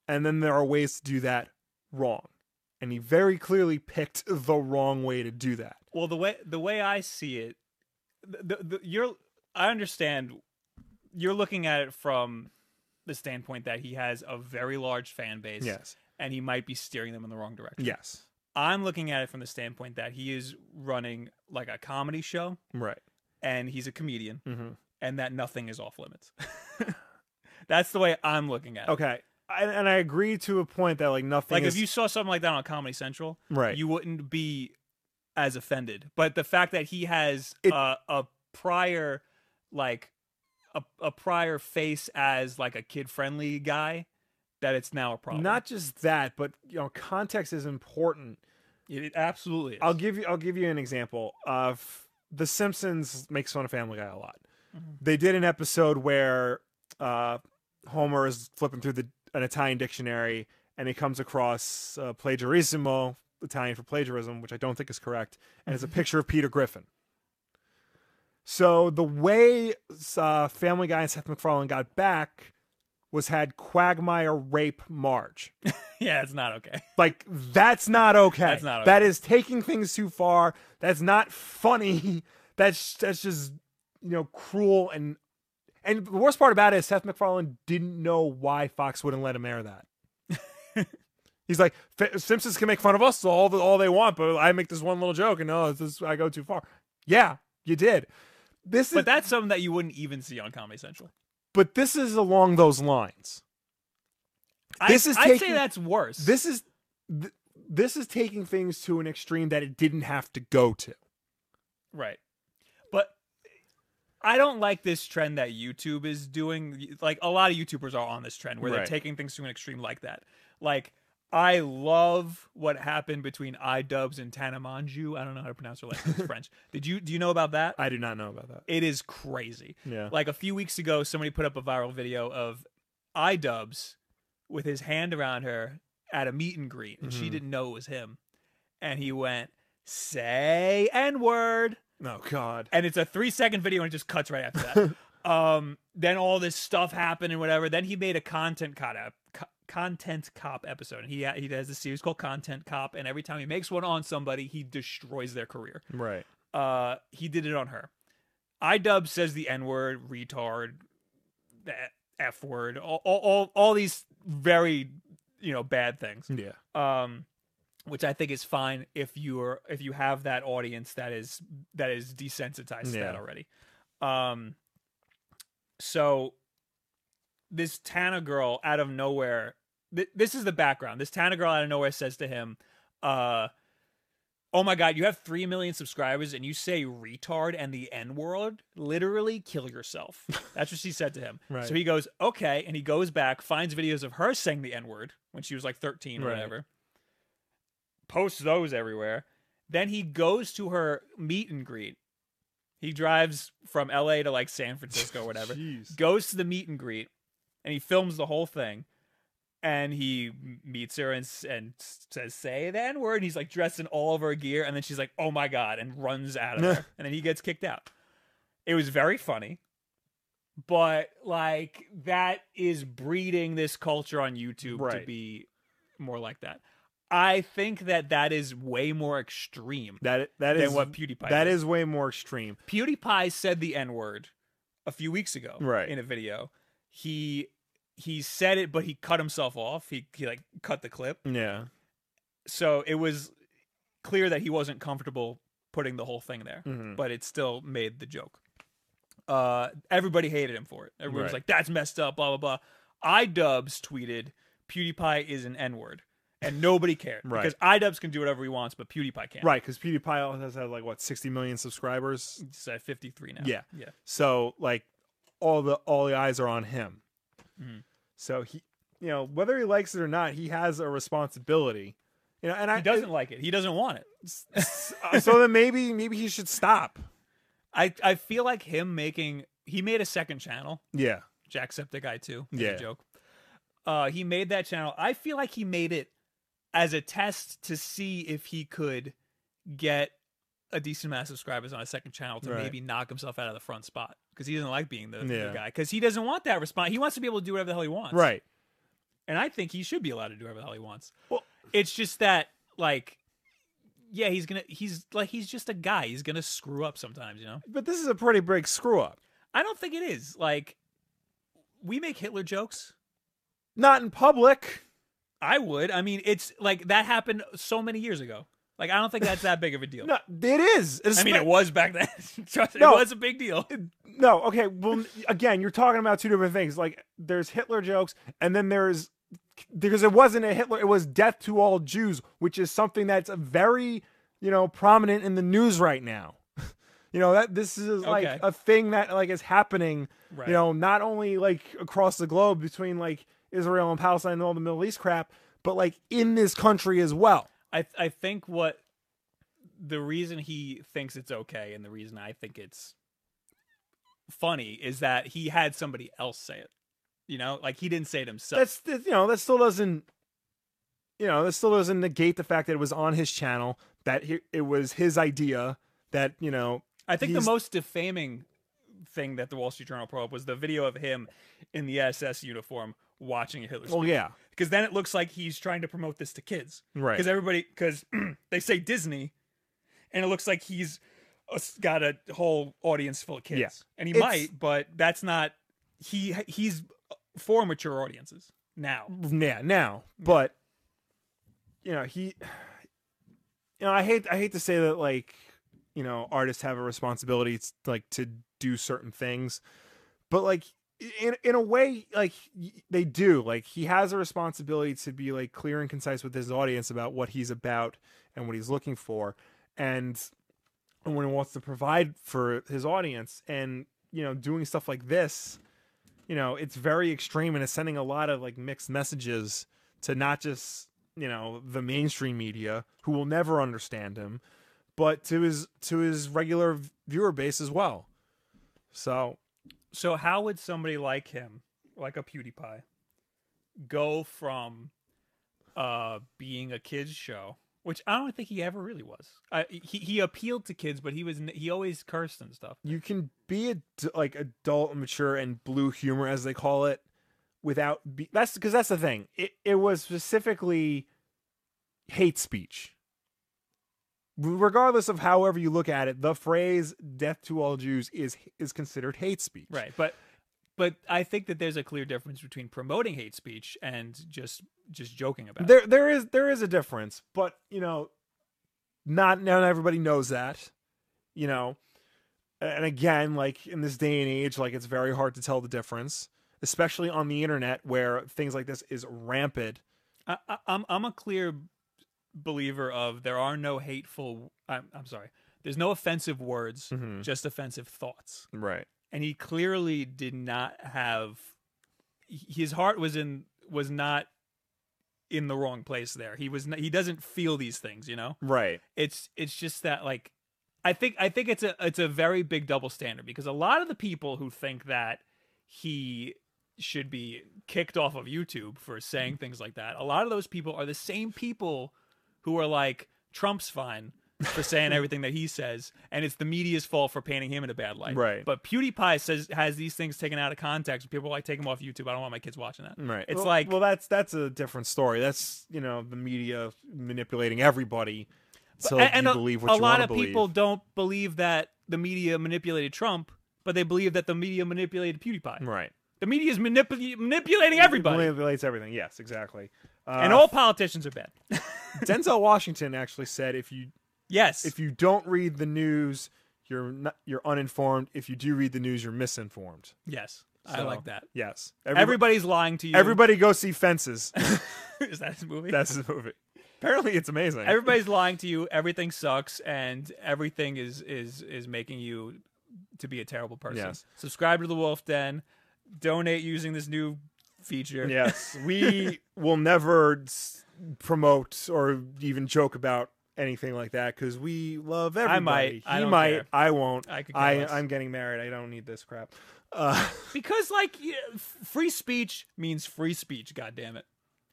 B: and then there are ways to do that wrong. And he very clearly picked the wrong way to do that.
A: Well, the way the way I see it, the, the, the, you're I understand you're looking at it from the standpoint that he has a very large fan base,
B: Yes.
A: and he might be steering them in the wrong direction.
B: Yes.
A: I'm looking at it from the standpoint that he is running like a comedy show,
B: Right.
A: and he's a comedian,
B: Mm-hmm.
A: and that nothing is off limits. That's the way I'm looking at it.
B: Okay. I, and I agree to a point that like nothing
A: Like
B: is
A: if you saw something like that on Comedy Central,
B: right.
A: you wouldn't be as offended. But the fact that he has
B: It-
A: uh, a prior, like a, a prior face as like a kid friendly guy, that it's now a problem.
B: Not just that, but you know, context is important.
A: it, it absolutely. Is.
B: I'll give you I'll give you an example. Of The Simpsons makes fun of Family Guy a lot.
A: Mhm.
B: They did an episode where uh, Homer is flipping through the an Italian dictionary and he comes across uh, plagiarismo, Italian for plagiarism, which I don't think is correct, and it's a picture of Peter Griffin. So the way uh, Family Guy and Seth MacFarlane got back was had Quagmire rape Marge
A: yeah, it's not okay.
B: like that's not okay.
A: That's not okay.
B: That is taking things too far. That's not funny. That's that's just you know cruel and and the worst part about it is Seth MacFarlane didn't know why Fox wouldn't let him air that. He's like "F- Simpsons can make fun of us all all they want, but I make this one little joke and no, this is, I go too far. Yeah, you did. This is
A: But that's something that you wouldn't even see on Comedy Central.
B: but this is along those lines. This
A: I,
B: is
A: I'd say
B: taking-
A: that's worse.
B: This is th- this is taking things to an extreme that it didn't have to go to.
A: right, but I don't like this trend that YouTube is doing. Like a lot of YouTubers are on this trend where they're
B: Right.
A: taking things to an extreme like that. Like I love what happened between iDubbbz and Tana Mongeau. I don't know how to pronounce her last name. It's French. Did you do you know about that?
B: I do not know about that.
A: It is crazy.
B: Yeah.
A: Like a few weeks ago, somebody put up a viral video of iDubbbz with his hand around her at a meet and greet, and she
B: Mhm.
A: didn't know it was him. And he went, "Say N word,"
B: Oh God.
A: and it's a three second video, and it just cuts right after that. um, then all this stuff happened and whatever. Then he made a content cop, ep- co- content cop episode. He he has this series called Content Cop, and every time he makes one on somebody, he destroys their career
B: Right.
A: uh, he did it on her. Idub says the N word, retard, the F word, all, all, all, all these very, you know, bad things.
B: Yeah.
A: Um, which I think is fine if you're if you have that audience that is that is desensitized to that
B: Yeah.
A: already. Um, so this Tana girl out of nowhere. Th- this is the background. This Tana girl out of nowhere says to him, uh, "Oh my god, you have three million subscribers and you say retard and the N word. Literally, kill yourself." That's what she said to him.
B: Right.
A: So he goes, "Okay," and he goes back, finds videos of her saying the N word when she was like thirteen or
B: Right.
A: whatever. Posts those everywhere. Then he goes to her meet and greet. He drives from LA to like San Francisco or whatever
B: Jeez.
A: goes to the meet and greet and he films the whole thing and he m- meets her and, s- and s- says say the n-word and he's like dressed in all of her gear and then she's like oh my god and runs out of there and then he gets kicked out it was very funny but like that is breeding this culture on youtube to
B: Right.
A: be more like that i think that that is way more extreme
B: That that
A: than
B: is
A: what pewdiepie
B: that
A: did.
B: is way more extreme.
A: PewDiePie said the N word a few weeks ago,
B: Right.
A: In a video, he he said it, but he cut himself off. He he like cut the clip,
B: Yeah.
A: so it was clear that he wasn't comfortable putting the whole thing there.
B: Mhm.
A: But it still made the joke. Uh, everybody hated him for it. Everyone was
B: Right.
A: like, "That's messed up." Blah blah blah. iDubbbz tweeted, "PewDiePie is an N word," and nobody cared
B: Right.
A: because iDubbbz can do whatever he wants, but PewDiePie can't.
B: Right, because PewDiePie also has had like what sixty million subscribers.
A: He's at fifty three now.
B: Yeah.
A: yeah.
B: So like all the all the eyes are on him.
A: Mhm.
B: So he you know, whether he likes it or not, he has a responsibility. You know, and I
A: He doesn't like it. He doesn't want it.
B: uh, so then maybe maybe he should stop.
A: I I feel like him making he made a second channel,
B: Yeah.
A: Jacksepticeye too. as
B: Yeah.
A: a joke. Uh, he made that channel. I feel like he made it as a test to see if he could get a decent amount of subscribers on a second channel to
B: Right.
A: maybe knock himself out of the front spot because he doesn't like being the, the
B: Yeah.
A: guy because he doesn't want that response. He wants to be able to do whatever the hell he wants,
B: Right.
A: And I think he should be allowed to do whatever the hell he wants.
B: Well-
A: it's just that like. Yeah, he's gonna. He's like he's just a guy. He's gonna screw up sometimes, you know.
B: But this is a pretty big screw up.
A: I don't think it is. Like, we make Hitler jokes.
B: Not in public.
A: I would. I mean, it's like that happened so many years ago. Like, I don't think that's that big of a deal.
B: No, it is. It's
A: I mean,
B: spe-
A: it was back then. Trust me,
B: No.
A: it was a big deal.
B: No, okay. Well, again, you're talking about two different things. Like there's Hitler jokes, and then there's because it wasn't a Hitler, it was death to all Jews, which is something that's very, you know, prominent in the news right now. You know that this is like
A: Okay.
B: a thing that like is happening.
A: Right.
B: You know, not only like across the globe between like Israel and Palestine and all the Middle East crap, but like in this country as well.
A: I I think what the reason he thinks it's okay and the reason I think it's funny is that he had somebody else say it. You know, like he didn't say it himself.
B: that's that's- you know that still doesn't you know that still doesn't negate the fact that it was on his channel that he, it was his idea that you know
A: I think
B: He's-
A: the most defaming thing that the Wall Street Journal pulled up was the video of him in the SS uniform watching a Hitler
B: well yeah
A: because then it looks like he's trying to promote this to kids
B: right
A: because everybody because they say Disney, and it looks like he's uh, got a whole audience full of kids,
B: Yeah.
A: and he
B: It's-
A: might, but that's not he he's uh, for mature audiences now.
B: yeah now but you know he you know I hate I hate to say that like you know artists have a responsibility it's like to do certain things but like in in a way like y- they do like he has a responsibility to be like clear and concise with his audience about what he's about and what he's looking for and and what he wants to provide for his audience and you know doing stuff like this you know it's very extreme and it's sending a lot of like mixed messages to not just you know the mainstream media who will never understand him but to his to his regular v- viewer base as well so
A: So how would somebody like him, like a PewDiePie, go from uh being a kids show, which I don't think he ever really was. I, he he appealed to kids, but he was n- he always cursed and stuff.
B: you can be ad- like adult and mature and blue humor as they call it without be- that's because that's the thing it, it was specifically hate speech R- regardless of however you look at it the phrase death to all jews is is considered hate speech
A: Right, but but I think that there's a clear difference between promoting hate speech and just just joking about it.
B: there there is there is a difference but you know not not everybody knows that you know and again like in this day and age like it's very hard to tell the difference especially on the internet where things like this is rampant
A: I, I, I'm I'm a clear believer of there are no hateful. I'm I'm sorry. There's no offensive words,
B: Mm-hmm.
A: just offensive thoughts.
B: right
A: and he clearly did not have his heart was in was not in the wrong place there he was not, he doesn't feel these things you know
B: right
A: it's it's just that like i think i think it's a it's a very big double standard because a lot of the people who think that he should be kicked off of youtube for saying things like that a lot of those people are the same people who are like trump's fine for saying everything that he says and it's the media's fault for painting him in a bad light
B: Right.
A: but pewdiepie says has these things taken out of context and people are like take him off youtube i don't want my kids watching that
B: right
A: it's
B: well,
A: like
B: well that's that's a different story that's you know the media manipulating everybody so
A: A- and
B: you
A: a,
B: believe what
A: a
B: you
A: lot
B: wanna
A: of
B: believe.
A: people don't believe that the media manipulated Trump, but they believe that the media manipulated PewDiePie.
B: right
A: The media is manipul- manipulating everybody,
B: manipulates everything yes exactly uh,
A: and all politicians are bad.
B: denzel washington actually said if you
A: yes,
B: if you don't read the news, you're not, you're uninformed. If you do read the news, you're misinformed.
A: yes, I
B: So,
A: like that.
B: Yes. Everybody,
A: Everybody's lying to you.
B: everybody go see Fences.
A: is that his movie?
B: That's the movie. Apparently, it's amazing.
A: Everybody's lying to you. Everything sucks, and everything is is is making you to be a terrible person.
B: Yes.
A: Subscribe to the Wolf Den. Donate using this new feature.
B: yes, we will never s- promote or even joke about anything like that because we love everybody.
A: might.
B: He
A: I don't
B: might.
A: care.
B: I won't.
A: I could care
B: I,
A: less.
B: I'm getting married. I don't need this crap. Uh,
A: Because like y- f- free speech means free speech, God damn it.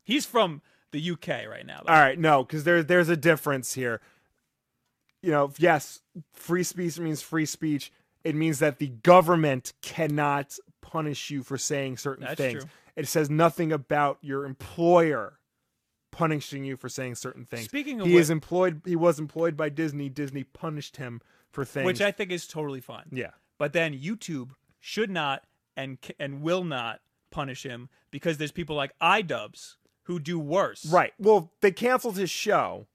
A: He's from the UK right now. though.
B: All right, no, because there, there's a difference here. You know, yes, free speech means free speech. It means that the government cannot punish you for saying certain
A: That's
B: things.
A: true.
B: It says nothing about your employer punishing you for saying certain things.
A: Speaking of
B: he
A: which-
B: is employed. He was employed by Disney. Disney punished him for things.
A: which I think is totally fine.
B: yeah,
A: But then YouTube should not and c- and will not punish him because there's people like iDubbbz who do worse.
B: right. Well, they canceled his show.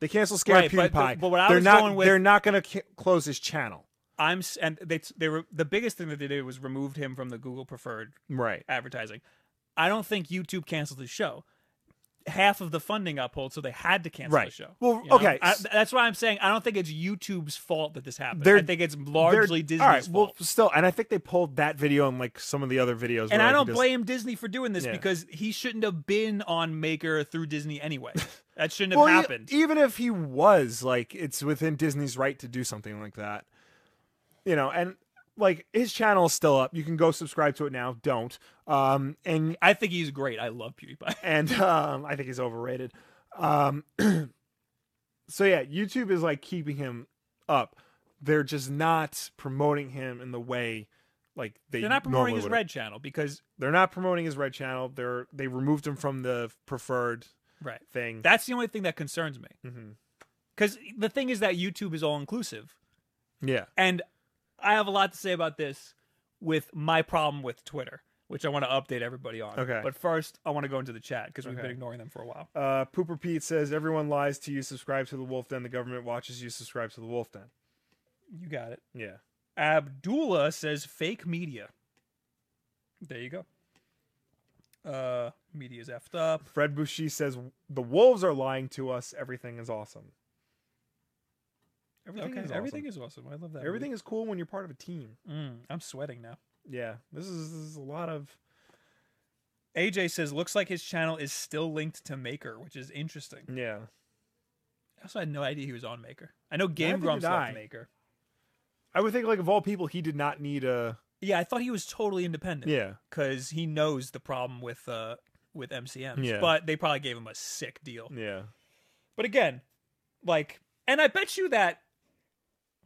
B: They canceled Scary
A: Right,
B: PewDiePie.
A: but the- but what I
B: they're
A: was
B: not.
A: going with-
B: they're not going to ca- close his channel.
A: I'm s- and they they were the biggest thing that they did was removed him from the Google preferred
B: Right.
A: advertising. I don't think YouTube canceled his show. Half of the funding upheld, so they had to cancel
B: Right.
A: the show.
B: Well,
A: you know?
B: okay.
A: I, that's why I'm saying I don't think it's YouTube's fault that this happened.
B: They're-
A: I think it's
B: They're-
A: largely Disney's
B: all right,
A: fault.
B: Well, still, and I think they pulled that video and like some of the other videos.
A: and
B: where,
A: I
B: like,
A: don't
B: he just-
A: blame Disney for doing this
B: Yeah.
A: because he shouldn't have been on Maker through Disney anyway. That shouldn't have
B: Well, e-
A: happened.
B: even if he was, like, it's within Disney's right to do something like that. You know, and like his channel is still up. You can go subscribe to it now. Don't. Um, and
A: I think he's great. I love PewDiePie.
B: and um, I think he's overrated. Um, so yeah, YouTube is like keeping him up. They're just not promoting him in the way like they
A: They're not
B: normally
A: promoting his
B: would've.
A: Red channel because
B: They're not promoting his red channel. They're they removed him from the preferred
A: right.
B: thing.
A: That's the only thing that concerns me.
B: Mhm.
A: Because the thing is that YouTube is all inclusive.
B: yeah,
A: And I have a lot to say about this with my problem with Twitter, which I want to update everybody on.
B: Okay.
A: But first, I want to go into the chat because we've
B: Okay.
A: been ignoring them for a while.
B: uh, Pooper Pete says everyone lies to you. Subscribe to the Wolf Den. The government watches you. Subscribe to the Wolf Den.
A: You got it.
B: Yeah,
A: Abdullah says fake media. There you go. Uh, media's effed up.
B: Fred Bouchy says the wolves are lying to us. Everything is awesome. Everything
A: okay,
B: is awesome.
A: everything is awesome. I love that.
B: Everything is cool when you're part of a team.
A: movie. Mm, I'm sweating now.
B: Yeah, this is, this is a lot of.
A: AJ says looks like his channel is still linked to Maker, which is interesting.
B: Yeah,
A: I also had no idea he was on Maker. I know
B: Neither
A: Game
B: did
A: Grumps
B: I.
A: left Maker.
B: I would think like of all people, he did not need a.
A: Yeah, I thought he was totally independent.
B: Yeah,
A: because he knows the problem with uh with MCMs.
B: Yeah.
A: But they probably gave him a sick deal.
B: yeah,
A: But again, like, and I bet you that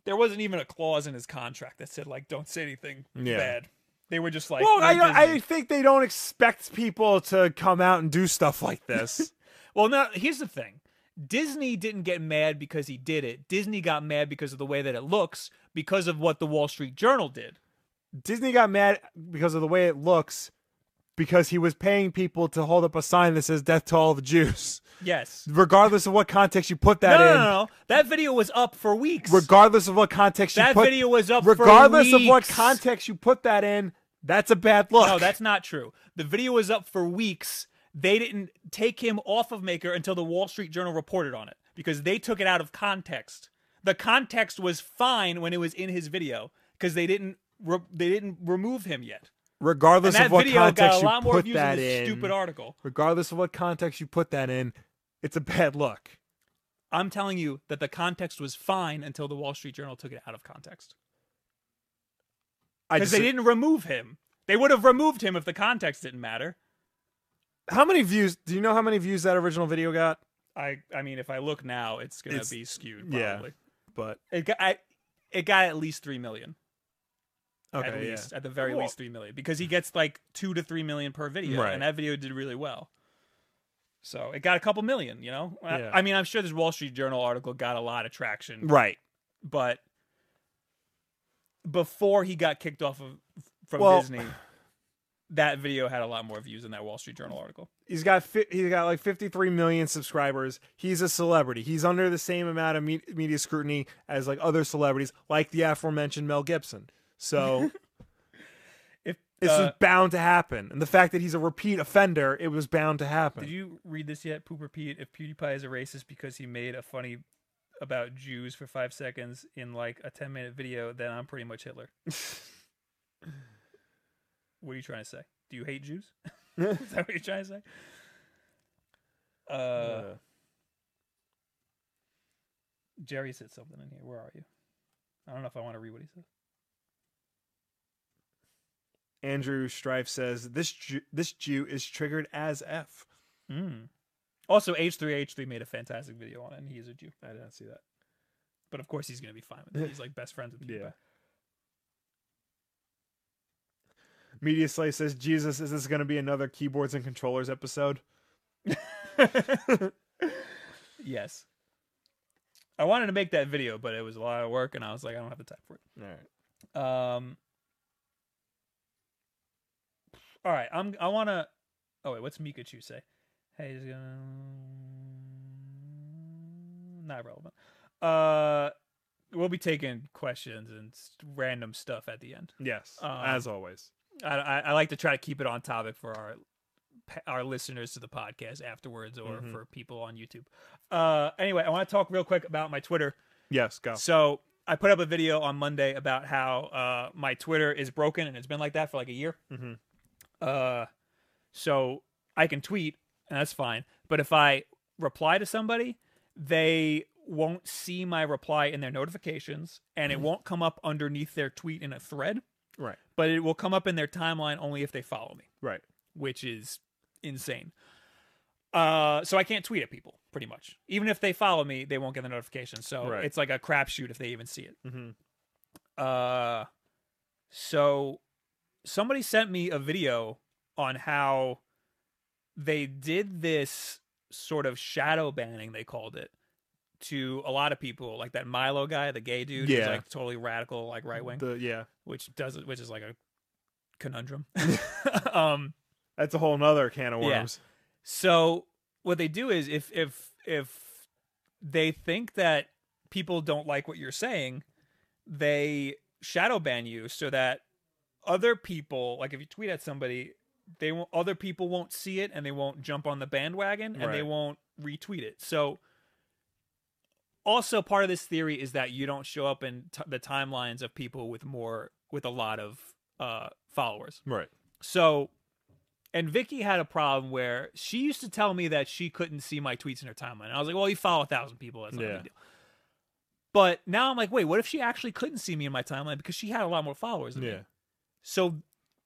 A: there wasn't even a clause in his contract that said like, don't say anything
B: Yeah.
A: bad. They were just like,
B: well,
A: "We're
B: I, I
A: Disney."
B: think they don't expect people to come out and do stuff like this.
A: well, now here's the thing. Disney didn't get mad because he did it. Disney got mad because of the way that it looks, because of what the Wall Street Journal did.
B: Disney got mad because of the way it looks, because he was paying people to hold up a sign that says "Death to all the Jews,"
A: Yes.
B: regardless of what context you put that
A: no, no,
B: in.
A: no, no. That video was up for weeks.
B: Regardless of what context you
A: that
B: put,
A: video was up for
B: regardless of what
A: weeks.
B: context you put that in, that's a bad look.
A: No, that's not true. The video was up for weeks. They didn't take him off of Maker until the Wall Street Journal reported on it because they took it out of context. The context was fine when it was in his video because they didn't re- they didn't remove him yet. And
B: regardless
A: that
B: of what
A: video got
B: context
A: a lot
B: you
A: more
B: put
A: views
B: that
A: than this
B: in.
A: stupid article.
B: regardless of what context you put that in, it's a bad look.
A: I'm telling you that the context was fine until the Wall Street Journal took it out of context
B: I
A: because they
B: dis-
A: didn't remove him. They would have removed him if the context didn't matter.
B: How many views? Do you know how many views that original video got?
A: I I mean, if I look now, it's gonna
B: It's-
A: be skewed.
B: yeah.
A: Probably.
B: But
A: It got I, it got at least three million.
B: okay,
A: at
B: yeah.
A: least, at the very
B: Cool.
A: least, three million because he gets like two to three million per video,
B: Right.
A: and that video did really well. So it got a couple million. You know, I-
B: Yeah.
A: I, mean, I'm sure this Wall Street Journal article got a lot of traction,
B: right.
A: but before he got kicked off of from
B: Well-
A: Disney, that video had a lot more views than that Wall Street Journal article.
B: He's got fi- he's got like 53 million subscribers. He's a celebrity. He's under the same amount of me- media scrutiny as like other celebrities, like the aforementioned Mel Gibson. So
A: If
B: this
A: uh,
B: was bound to happen. And the fact that he's a repeat offender, it was bound to happen.
A: Did you read this yet, Pooper Pete? If PewDiePie is a racist because he made a funny about Jews for five seconds in like a ten minute video, then I'm pretty much Hitler. what are you trying to say? Do you hate Jews? is that what you're trying to say? Uh,
B: Uh,
A: Jerry said something in here. Where are you? I don't know if I want to read what he said.
B: Andrew Strife says this Jew, this Jew is triggered as f. Hmm.
A: Mm. Also, H3H3 made a fantastic video on it, and he is a Jew.
B: I did not see that.
A: But of course, he's going to be fine with it. He's like best friends with PewDiePie.
B: Yeah. Media Slay says, Jesus, is this going to be another keyboards and controllers episode?
A: Yes. I wanted to make that video, but it was a lot of work, and I was like, I don't have the time for it.
B: All right.
A: Um. All right, I'm. I want to. Oh wait, what's Mikachu say? Hey, he's gonna. Not relevant. Uh, we'll be taking questions and s- random stuff at the end.
B: Yes,
A: Um,
B: as always.
A: I, I, I like to try to keep it on topic for our our listeners to the podcast afterwards, or
B: Mhm.
A: for people on YouTube. Uh, anyway, I want to talk real quick about my Twitter.
B: Yes, go.
A: So I put up a video on Monday about how uh, my Twitter is broken and it's been like that for like a year.
B: Mhm.
A: Uh, so I can tweet and that's fine. But if I reply to somebody, they won't see my reply in their notifications and it won't come up underneath their tweet in a thread,
B: Right,
A: but it will come up in their timeline only if they follow me
B: right.
A: which is insane. Uh, so I can't tweet at people pretty much. Even if they follow me, they won't get the notification. So
B: Right.
A: it's like a crapshoot if they even see it.
B: Mhm.
A: Uh, so somebody sent me a video on how they did this sort of shadow banning they called it to a lot of people like that milo guy the gay dude who's
B: Yeah.
A: like totally radical like right wing
B: The, yeah,
A: which does which is like a conundrum um
B: that's a whole nother can of
A: Yeah.
B: worms.
A: so what they do is if if if they think that people don't like what you're saying, they shadow ban you so that other people, like if you tweet at somebody, they won't, other people won't see it and they won't jump on the bandwagon and they
B: Right.
A: won't retweet it. So also part of this theory is that you don't show up in t- the timelines of people with more with a lot of uh followers.
B: Right.
A: So and Vicky had a problem where she used to tell me that she couldn't see my tweets in her timeline. And I was like, "Well, you follow a thousand people, that's not a
B: Yeah.
A: big deal." But now I'm like, "Wait, what if she actually couldn't see me in my timeline because she had a lot more followers?" Than me?
B: Yeah.
A: So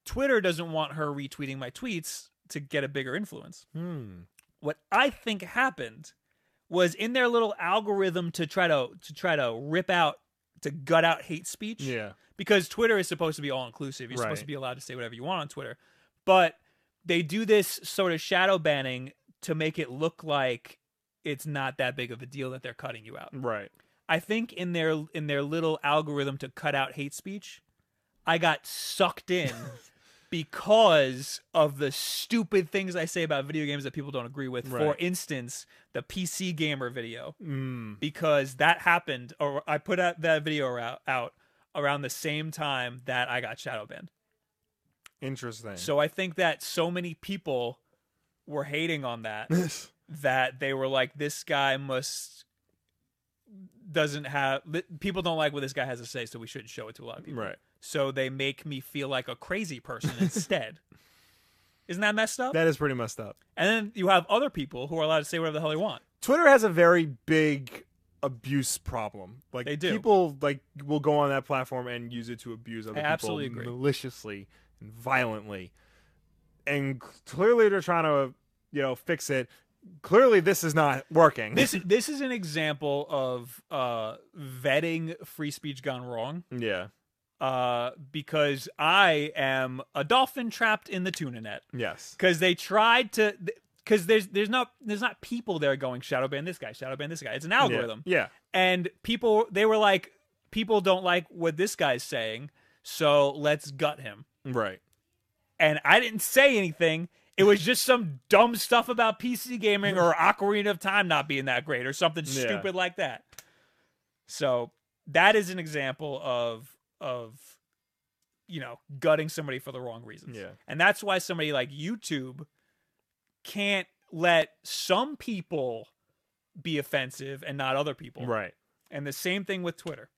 A: Twitter doesn't want her retweeting my tweets to get a bigger influence
B: Hmm.
A: what I think happened was in their little algorithm to try to to try to rip out to gut out hate speech
B: Yeah.
A: because Twitter is supposed to be all inclusive. You're supposed
B: Right.
A: to be allowed to say whatever you want on Twitter. But they do this sort of shadow banning to make it look like it's not that big of a deal that they're cutting you out.
B: Right.
A: I think in their in their little algorithm to cut out hate speech, I got sucked in because of the stupid things I say about video games that people don't agree with. For
B: Right.
A: instance, the PC gamer video
B: Mm.
A: because that happened or I put out that video out, out around the same time that I got shadow banned.
B: Interesting.
A: So I think that so many people were hating on that that they were like, this guy must doesn't have th- people don't like what this guy has to say, so we shouldn't show it to a lot of people.
B: right.
A: So they make me feel like a crazy person instead. Isn't that messed up?
B: That is pretty messed up.
A: and then you have other people who are allowed to say whatever the hell they want.
B: Twitter has a very big abuse problem. Like
A: They do.
B: people like will go on that platform and use it to abuse other
A: I
B: people
A: absolutely agree.
B: maliciously and violently. And clearly they're trying to, you know, fix it. Clearly this is not working.
A: This this is an example of uh, vetting free speech gone wrong.
B: yeah.
A: Uh, because I am a dolphin trapped in the tuna net.
B: Yes.
A: because they tried to because there's there's not there's not people there going shadow ban this guy shadow ban this guy it's an
B: Yeah.
A: algorithm
B: Yeah.
A: and people they were like people don't like what this guy's saying so let's gut him
B: Right.
A: and i didn't say anything it was just some dumb stuff about pc gaming or ocarina of time not being that great or something
B: Yeah.
A: stupid like that so that is an example of of you know gutting somebody for the wrong reasons
B: Yeah.
A: and that's why somebody like YouTube can't let some people be offensive and not other people.
B: Right.
A: And the same thing with Twitter.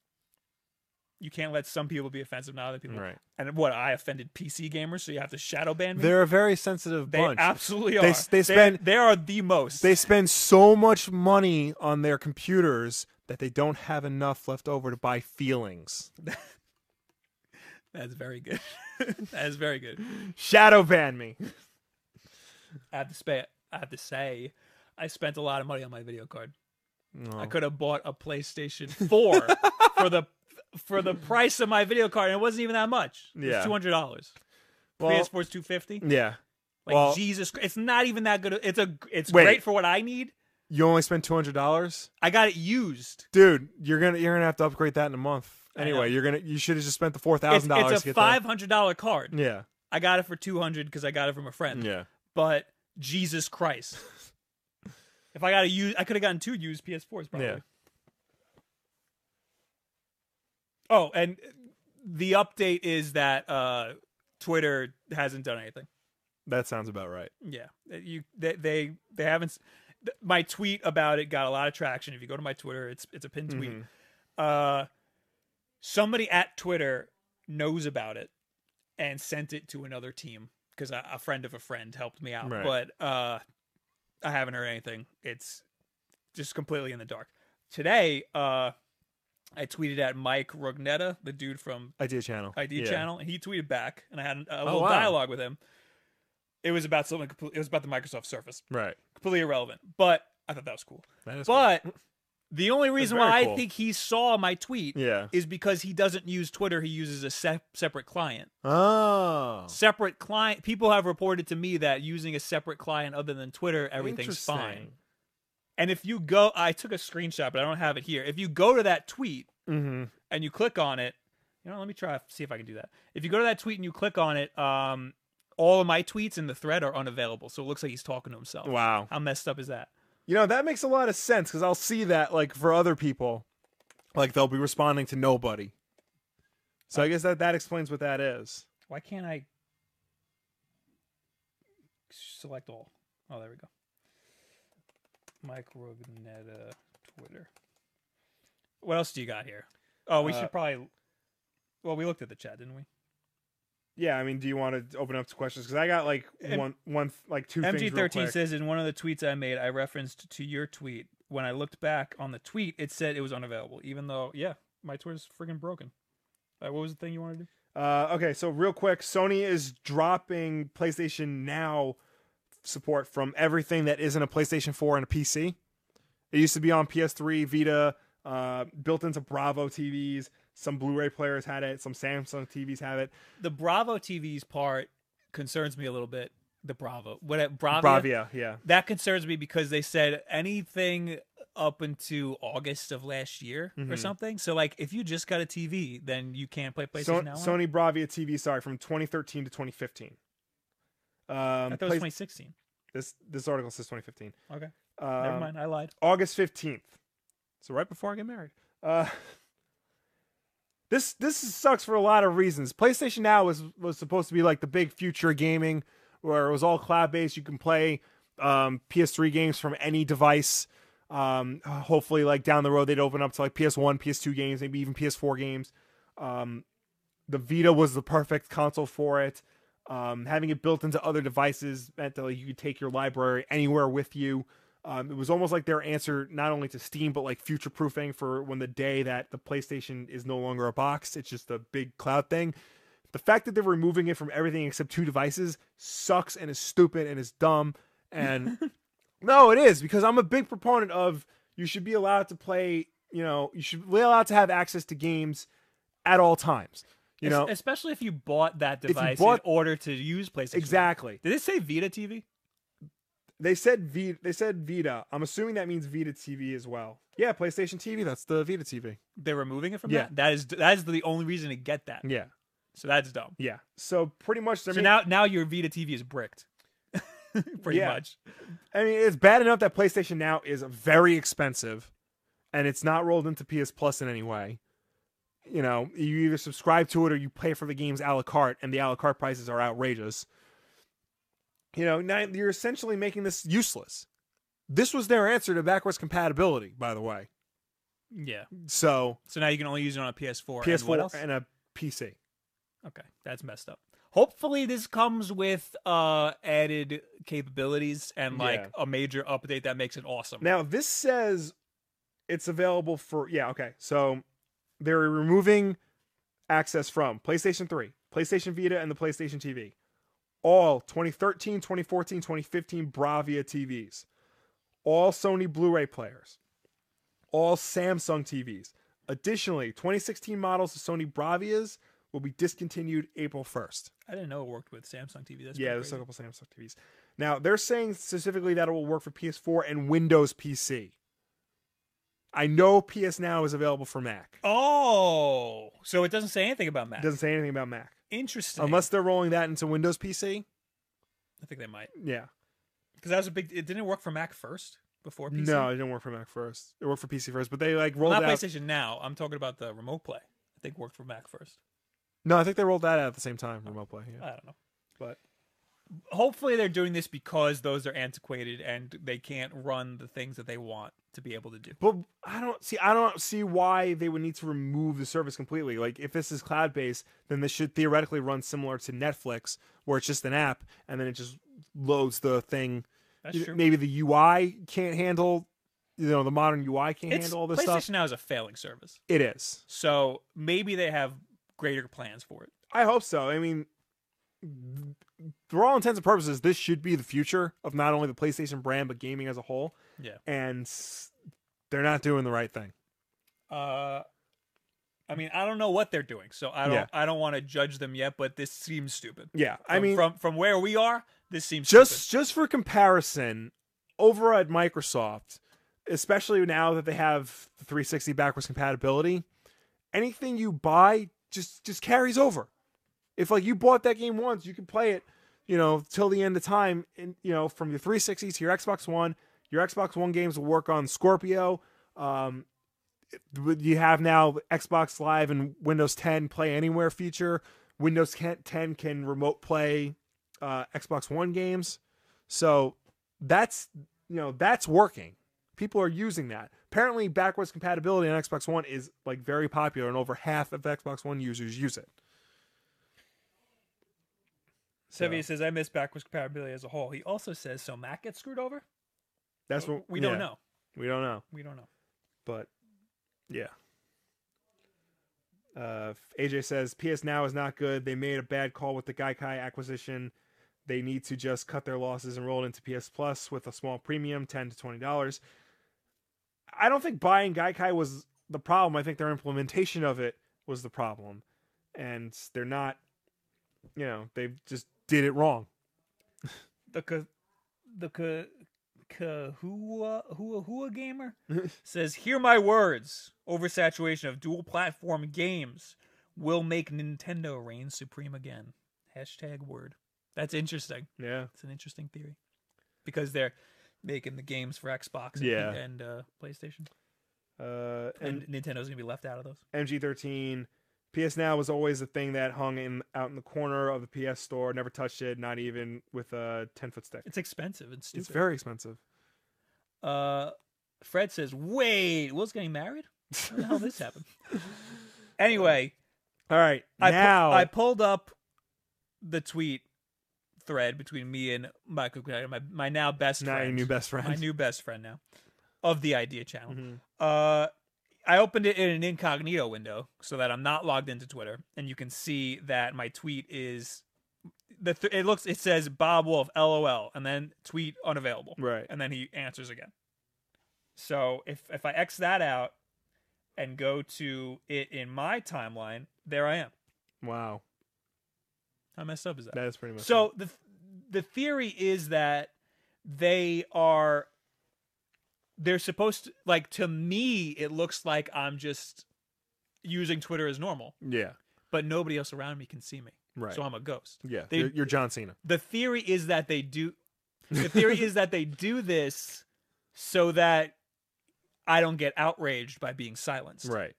A: You can't let some people be offensive, not other people.
B: Right.
A: And what I offended PC gamers, so you have to shadow ban me.
B: They're a very sensitive
A: They
B: bunch.
A: absolutely
B: They-
A: are.
B: they spend-
A: They are the most.
B: they spend so much money on their computers that they don't have enough left over to buy feelings.
A: That's very good. that is very good.
B: Shadow ban me.
A: I have to say. I have to say, I spent a lot of money on my video card.
B: No.
A: I could have bought a PlayStation 4 for the for the price of my video card, and it wasn't even that much. It
B: Yeah.
A: was two hundred dollars.
B: Well,
A: PS4's two fifty.
B: yeah.
A: Like
B: well-
A: Jesus, Christ. it's not even that good. It's a it's
B: Wait.
A: great for what I need.
B: You only spent two hundred dollars,
A: I got it used.
B: dude. You're gonna you're gonna have to upgrade that in a month.
A: I know.
B: Anyway, you're gonna you should have just spent the four
A: It's,
B: thousand dollars.
A: it's a five hundred dollar card.
B: Yeah,
A: I got it for two hundred because I got it from a friend.
B: yeah.
A: But Jesus Christ, if I got a used, I could have gotten two used PS4s probably.
B: Yeah.
A: Oh, and the update is that uh, Twitter hasn't done anything.
B: That sounds about right.
A: Yeah, that you they they, they haven't. s- th- My tweet about it got a lot of traction. If you go to my Twitter, it's it's a pinned tweet.
B: Mhm.
A: Uh, somebody at Twitter knows about it and sent it to another team because a, a friend of a friend helped me out.
B: Right.
A: But uh, I haven't heard anything. It's just completely in the dark. Today, uh, I tweeted at Mike Rugnetta, the dude from
B: Idea channel.
A: ID
B: Yeah. Oh,
A: channel, and he tweeted back, and I had a little
B: wow.
A: dialogue with him. It was about something. Complete, it was about the Microsoft Surface,
B: Right.
A: completely irrelevant. But I thought that was cool.
B: That is
A: but the only reason
B: very
A: why I
B: cool.
A: think he saw my tweet
B: cool. yeah.
A: is because he doesn't use Twitter. He uses a sep separate client.
B: Oh,
A: Separate client. People have reported to me that using a separate client other than Twitter, everything's fine. And if you go, I took a screenshot, but I don't have it here. If you go to that tweet,
B: Mm-hmm.
A: and you click on it, you know, let me try see if I can do that. If you go to that tweet and you click on it, um, all of my tweets in the thread are unavailable, so it looks like he's talking to himself.
B: Mm-hmm. Wow.
A: How messed up is that?
B: You know that makes a lot of sense because I'll see that like for other people, like they'll be responding to nobody. So I guess that that explains what that is.
A: Why can't I select all? Oh, there we go. Mike Rognetta Twitter. What else do you got here? Oh, we
B: Uh,
A: should probably. Well, we looked at the chat, didn't we?
B: Yeah, I mean, do you want to open up to questions? Because I got like
A: M-
B: one, one, like two things. real
A: MG13
B: quick.
A: says in one of the tweets I made, I referenced to your tweet. When I looked back on the tweet, it said it was unavailable, even though, yeah, my Twitter's freaking broken. Uh, what was the thing you wanted to do?
B: Uh, okay, so real quick, Sony is dropping PlayStation Now support from everything that isn't a PlayStation 4 and a PC. It used to be on PS3, Vita, uh, built into Bravo TVs. Some Blu-ray players had it. Some Samsung TVs have it.
A: The Bravo TV's part concerns me a little bit. The Bravo. What at Bravo?
B: Bravia, yeah.
A: That concerns me because they said anything up into August of last year or
B: Mhm.
A: something. So, like, if you just got a TV, then you can't play PlayStation
B: So-
A: Now. on it?
B: Sony Bravia TV, sorry, from 2013 to 2015.
A: I
B: Um,
A: thought it was
B: Play-
A: 2016.
B: this this article says 2015.
A: Okay,
B: Um,
A: never mind. I lied.
B: August 15th. So right before I get married. Uh This this sucks for a lot of reasons. PlayStation Now was was supposed to be like the big future of gaming where it was all cloud based. You can play um PS3 games from any device. Um hopefully like down the road they'd open up to like PS1, PS2 games, maybe even PS4 games. Um the Vita was the perfect console for it. Um, having it built into other devices meant that like, you could take your library anywhere with you. Um, it was almost like their answer not only to Steam but like future proofing for when the day that the PlayStation is no longer a box, it's just a big cloud thing. The fact that they're removing it from everything except two devices sucks and is stupid and is dumb. And no, it is because I'm a big proponent of you should be allowed to play. You know, you should be allowed to have access to games at all times. You
A: Es-
B: know,
A: especially if you bought that
B: you
A: device
B: bought-
A: in order to use PlayStation.
B: exactly.
A: Did it say Vita TV?
B: They said V. They said Vita. I'm assuming that means Vita TV as well. Yeah, PlayStation TV. That's the Vita TV.
A: They're removing it from
B: Yeah.
A: that. That is that is the only reason to get that.
B: Yeah,
A: So that's dumb.
B: yeah. So pretty much,
A: so
B: I mean,
A: now now your Vita TV is bricked. Pretty
B: Yeah.
A: much.
B: I mean, it's bad enough that PlayStation Now is very expensive, and it's not rolled into PS Plus in any way. You know, you either subscribe to it or you pay for the games a la carte, and the a la carte prices are outrageous. You know, now you're essentially making this useless. This was their answer to backwards compatibility, by the way.
A: Yeah.
B: So
A: So now you can only use it on a PS4. and what
B: PS4
A: else?
B: and a PC.
A: okay, that's messed up. Hopefully this comes with uh added capabilities and like
B: Yeah.
A: a major update that makes it awesome.
B: Now this says it's available for yeah, okay. So they're removing access from PlayStation 3, PlayStation Vita and the PlayStation TV. All 2013, 2014, 2015 Bravia TVs. All Sony Blu-ray players. All Samsung TVs. Additionally, 2016 models of Sony Bravias will be discontinued April 1st.
A: I didn't know it worked with Samsung TV. That's pretty
B: yeah, there's
A: crazy.
B: still a couple Samsung TVs. Now they're saying specifically that it will work for PS4 and Windows PC. I know PS Now is available for Mac.
A: Oh, so it doesn't say anything about Mac.
B: It doesn't say anything about Mac
A: Interesting.
B: unless they're rolling that into Windows PC.
A: I think they might.
B: Yeah,
A: because that was a big. It didn't work for Mac first before PC.
B: no, it didn't work for Mac first. It worked for PC first, but they like rolled
A: not
B: that. out.
A: PlayStation Now. I'm talking about the Remote Play. I think worked for Mac first.
B: No, I think they rolled that out at the same time. Remote play. Yeah.
A: I don't know.
B: But
A: Hopefully, they're doing this because those are antiquated and they can't run the things that they want to be able to do.
B: but I don't see I don't see why they would need to remove the service completely. Like if this is cloud based, then this should theoretically run similar to Netflix, where it's just an app and then it just loads the thing
A: That's
B: you-
A: true.
B: maybe the UI can't handle, you know, the modern UI can't
A: It's,
B: handle all this
A: PlayStation
B: stuff.
A: Now is a failing service,
B: It is.
A: so maybe they have greater plans for it.
B: I hope so. I mean, for all intents and purposes, this should be the future of not only the PlayStation brand but gaming as a whole.
A: Yeah.
B: and s- they're not doing the right thing.
A: Uh, I mean, I don't know what they're doing, so I don't.
B: Yeah.
A: I don't want to judge them yet, but this seems stupid.
B: Yeah, I
A: From-
B: mean,
A: from from where we are, this seems stupid.
B: just just for comparison, over at Microsoft, especially now that they have the 360 backwards compatibility, anything you buy just just carries over. If like you bought that game once, you can play it, you know, till the end of time, and you know, from your 360 to your Xbox One, your Xbox One games will work on Scorpio. Um, it- you have now Xbox Live and Windows 10 Play Anywhere feature. Windows 10 can remote play uh, Xbox One games. So that's you know that's working. people are using that. Apparently, backwards compatibility on Xbox One is like very popular, and over half of Xbox One users use it.
A: Sevia says, I miss backwards compatibility as a whole. He also says, so Mac gets screwed over?
B: That's what
A: we don't
B: yeah,
A: know.
B: We don't know,
A: We don't know.
B: but yeah. Uh, AJ says PS Now is not good. They made a bad call with the Gaikai acquisition. They need to just cut their losses and roll it into PS Plus with a small premium, ten to twenty dollars. I don't think buying Gaikai was the problem. I think their implementation of it was the problem, and they're not. You know, they just did it wrong.
A: The ca- the ca- Kahua Hua Hua gamer says, "Hear my words. Oversaturation of dual platform games will make Nintendo reign supreme again." Hashtag word. That's interesting.
B: Yeah,
A: It's an interesting theory because they're making the games for Xbox and,
B: Yeah.
A: and uh, PlayStation,
B: uh,
A: and, Nintendo's gonna be left out of those.
B: MG13. PS Now was always a thing that hung in out in the corner of the PS store. Never touched it, not even with a ten foot stick.
A: It's expensive and
B: It's
A: stupid.
B: very expensive.
A: uh, Fred says, "Wait, Will's getting married? How the hell did this happen?" Anyway.
B: All right,
A: I pu-
B: now
A: I pulled up the tweet thread between me and Michael, Greger, my my now best
B: now your
A: friend,
B: new best friend.
A: my new best friend now of the Idea Channel.
B: Mhm.
A: Uh, I opened it in an incognito window so that I'm not logged into Twitter, and you can see that my tweet is the th- it looks it says Bob Wolf LOL and then tweet unavailable
B: Right.
A: and then he answers again. So if if I X that out and go to it in my timeline, there I am.
B: Wow,
A: How messed up is that?
B: that is pretty much
A: So the the theory is that they are they're supposed to like to me it looks like I'm just using Twitter as normal,
B: it. yeah,
A: but nobody else around me can see me.
B: right,
A: So I'm a ghost.
B: yeah.
A: they-
B: you're, you're John Cena.
A: The theory is that they do the theory is that they do this so that I don't get outraged by being silenced.
B: right,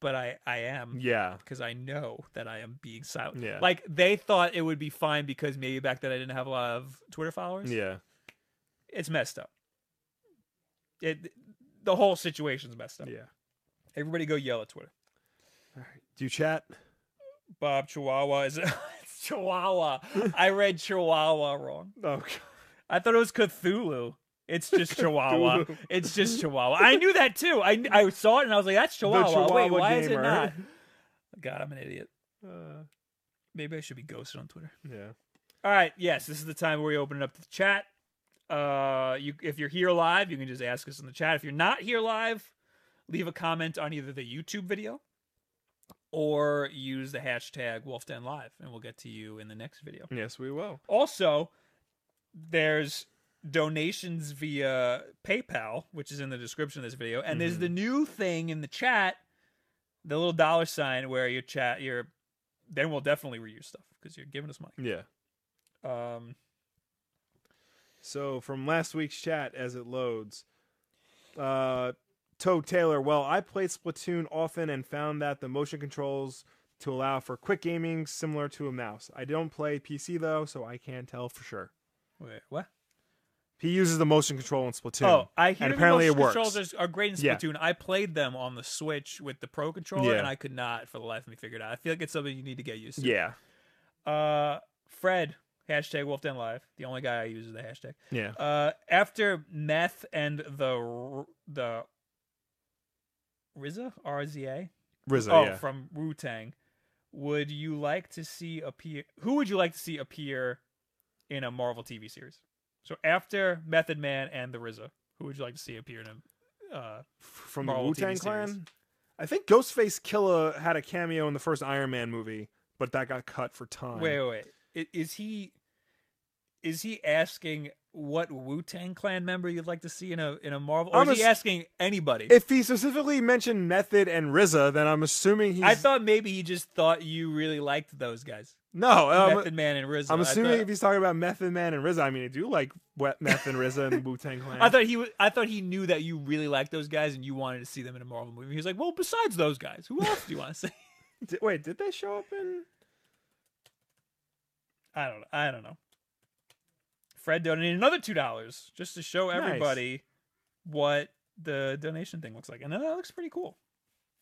A: But I I am
B: yeah,
A: because I know that I am being silent.
B: Yeah.
A: Like they thought it would be fine because maybe back then I didn't have a lot of Twitter followers.
B: yeah,
A: It's messed up. It the whole situation's messed up.
B: yeah.
A: Everybody go yell at Twitter.
B: All right, do you chat?
A: Bob Chihuahua is it's Chihuahua. I read Chihuahua wrong.
B: Oh, God.
A: I thought it was Cthulhu. It's just Chihuahua.
B: Cthulhu.
A: It's just Chihuahua. I knew that too. I kn- I saw it and I was like, that's Chihuahua. Wait,
B: Chihuahua
A: why is it
B: gamer.
A: not? God, I'm an idiot.
B: Uh,
A: Maybe I should be ghosted on Twitter.
B: yeah,
A: All right. Yes, this is the time where we open it up to the chat. Uh, you if you're here live, you can just ask us in the chat. If you're not here live, leave a comment on either the YouTube video or use the hashtag Wolfden Live, and we'll get to you in the next video.
B: yes, we will.
A: Also, there's donations via PayPal, which is in the description of this video, and there's
B: Mhm.
A: the new thing in the chat, the little dollar sign where your chat, your then we'll definitely reuse stuff because you're giving us money.
B: Yeah.
A: Um,
B: So from last week's chat as it loads, uh, Toad Taylor. Well, I played Splatoon often and found that the motion controls to allow for quick gaming similar to a mouse. I don't play PC though, so I can't tell for sure.
A: Wait, what?
B: He uses the motion control in Splatoon.
A: Oh, I hear
B: And
A: the
B: apparently
A: motion
B: it works.
A: controls are, are great in
B: Yeah.
A: Splatoon. I played them on the Switch with the Pro controller,
B: Yeah.
A: and I could not for the life of me figure it out. I feel like it's something you need to get used to.
B: yeah,
A: Uh, Fred hashtag Wolfden Live. The only guy I use is the hashtag.
B: yeah.
A: Uh, after meth and the R- the RZA RZA
B: Rizzo.
A: oh
B: yeah.
A: from Wu Tang, would you like to see appear? Who would you like to see appear in a Marvel TV series? So after Method Man and the RZA, who would you like to see appear in a? Uh,
B: from the
A: Marvel
B: Wu Tang
A: TV
B: Clan.
A: series.
B: I think Ghostface Killa had a cameo in the first Iron Man movie, but that got cut for time.
A: wait, wait, wait. I- Is he? Is he asking what Wu Tang Clan member you'd like to see in a in a Marvel? Or
B: I'm
A: is he
B: ass-
A: asking anybody?
B: If he specifically mentioned Method and Rizza, then I'm assuming he's
A: I thought maybe he just thought you really liked those guys,
B: no. um,
A: Method Man and RZA.
B: I'm
A: I thought-
B: assuming if he's talking about Method Man and RZA, I mean, I do like Wet Meth and RZA and the Wu Tang Clan.
A: I thought he was, I thought he knew that you really liked those guys and you wanted to see them in a Marvel movie. He was like, "Well, besides those guys, who else do you want to see?"
B: Di- wait, did they show up in?
A: I don't I don't know. Fred donated another two dollars just to show
B: Nice.
A: everybody what the donation thing looks like, and that looks pretty cool.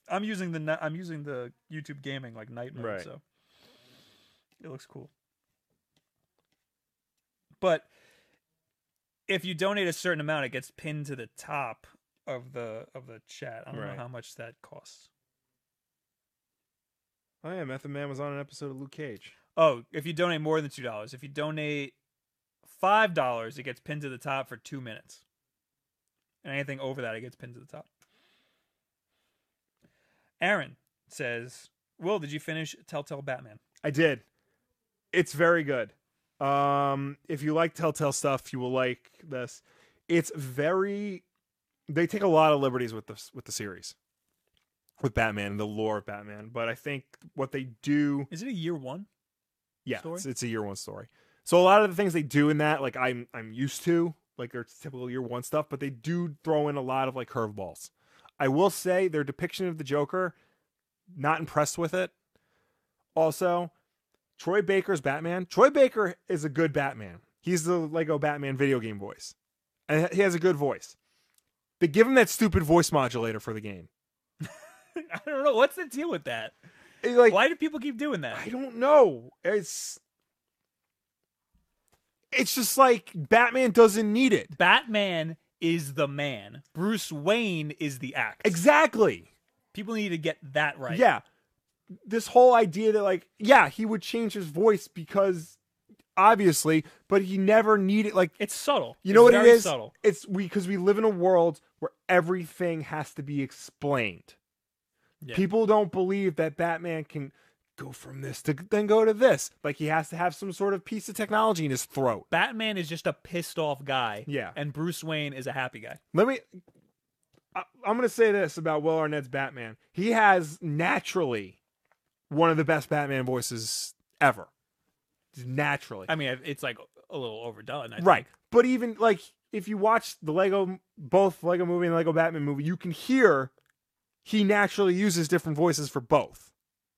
A: I'm using the ni- I'm using the YouTube gaming like night mode,
B: Right.
A: so it looks cool. But if you donate a certain amount, it gets pinned to the top of the of the chat. I don't
B: Right.
A: know how much that costs.
B: Oh yeah, Method Man was on an episode of Luke Cage.
A: Oh, if you donate more than two dollars, if you donate five dollars, it gets pinned to the top for two minutes, and anything over that, it gets pinned to the top. Aaron says, "Will, did you finish Telltale Batman?"
B: I did. It's very good. Um, if you like Telltale stuff, you will like this. It's very. They take a lot of liberties with this with the series, with Batman and the lore of Batman. But I think what they do,
A: Is it a year one?
B: yeah,
A: Story?
B: It's, it's a year one story. So a lot of the things they do in that, like I'm I'm used to, like their typical year one stuff. But they do throw in a lot of like curveballs. I will say their depiction of the Joker, not impressed with it. Also, Troy Baker's Batman. Troy Baker is a good Batman. He's the Lego Batman video game voice. And he has a good voice. They give him that stupid voice modulator for the game.
A: I don't know. What's the deal with that?
B: It, like
A: Why do people keep doing that?
B: I don't know. It's It's just like Batman doesn't need it.
A: Batman is the man. Bruce Wayne is the act.
B: Exactly.
A: people need to get that right.
B: Yeah. This whole idea that like, yeah, he would change his voice because obviously, but he never needed like
A: it's subtle.
B: You
A: It's
B: know what it
A: very
B: is?
A: Subtle.
B: It's we because we live in a world where everything has to be explained.
A: Yeah.
B: People don't believe that Batman can go from this to then go to this. Like he has to have some sort of piece of technology in his throat.
A: Batman is just a pissed off guy.
B: Yeah.
A: And Bruce Wayne is a happy guy.
B: Let me. I, I'm gonna say this about Will Arnett's Batman. He has naturally one of the best Batman voices ever. Just Naturally,
A: I mean, it's like a little overdone. I think.
B: right. But even like if you watch the Lego, both Lego movie and Lego Batman movie, you can hear he naturally uses different voices for both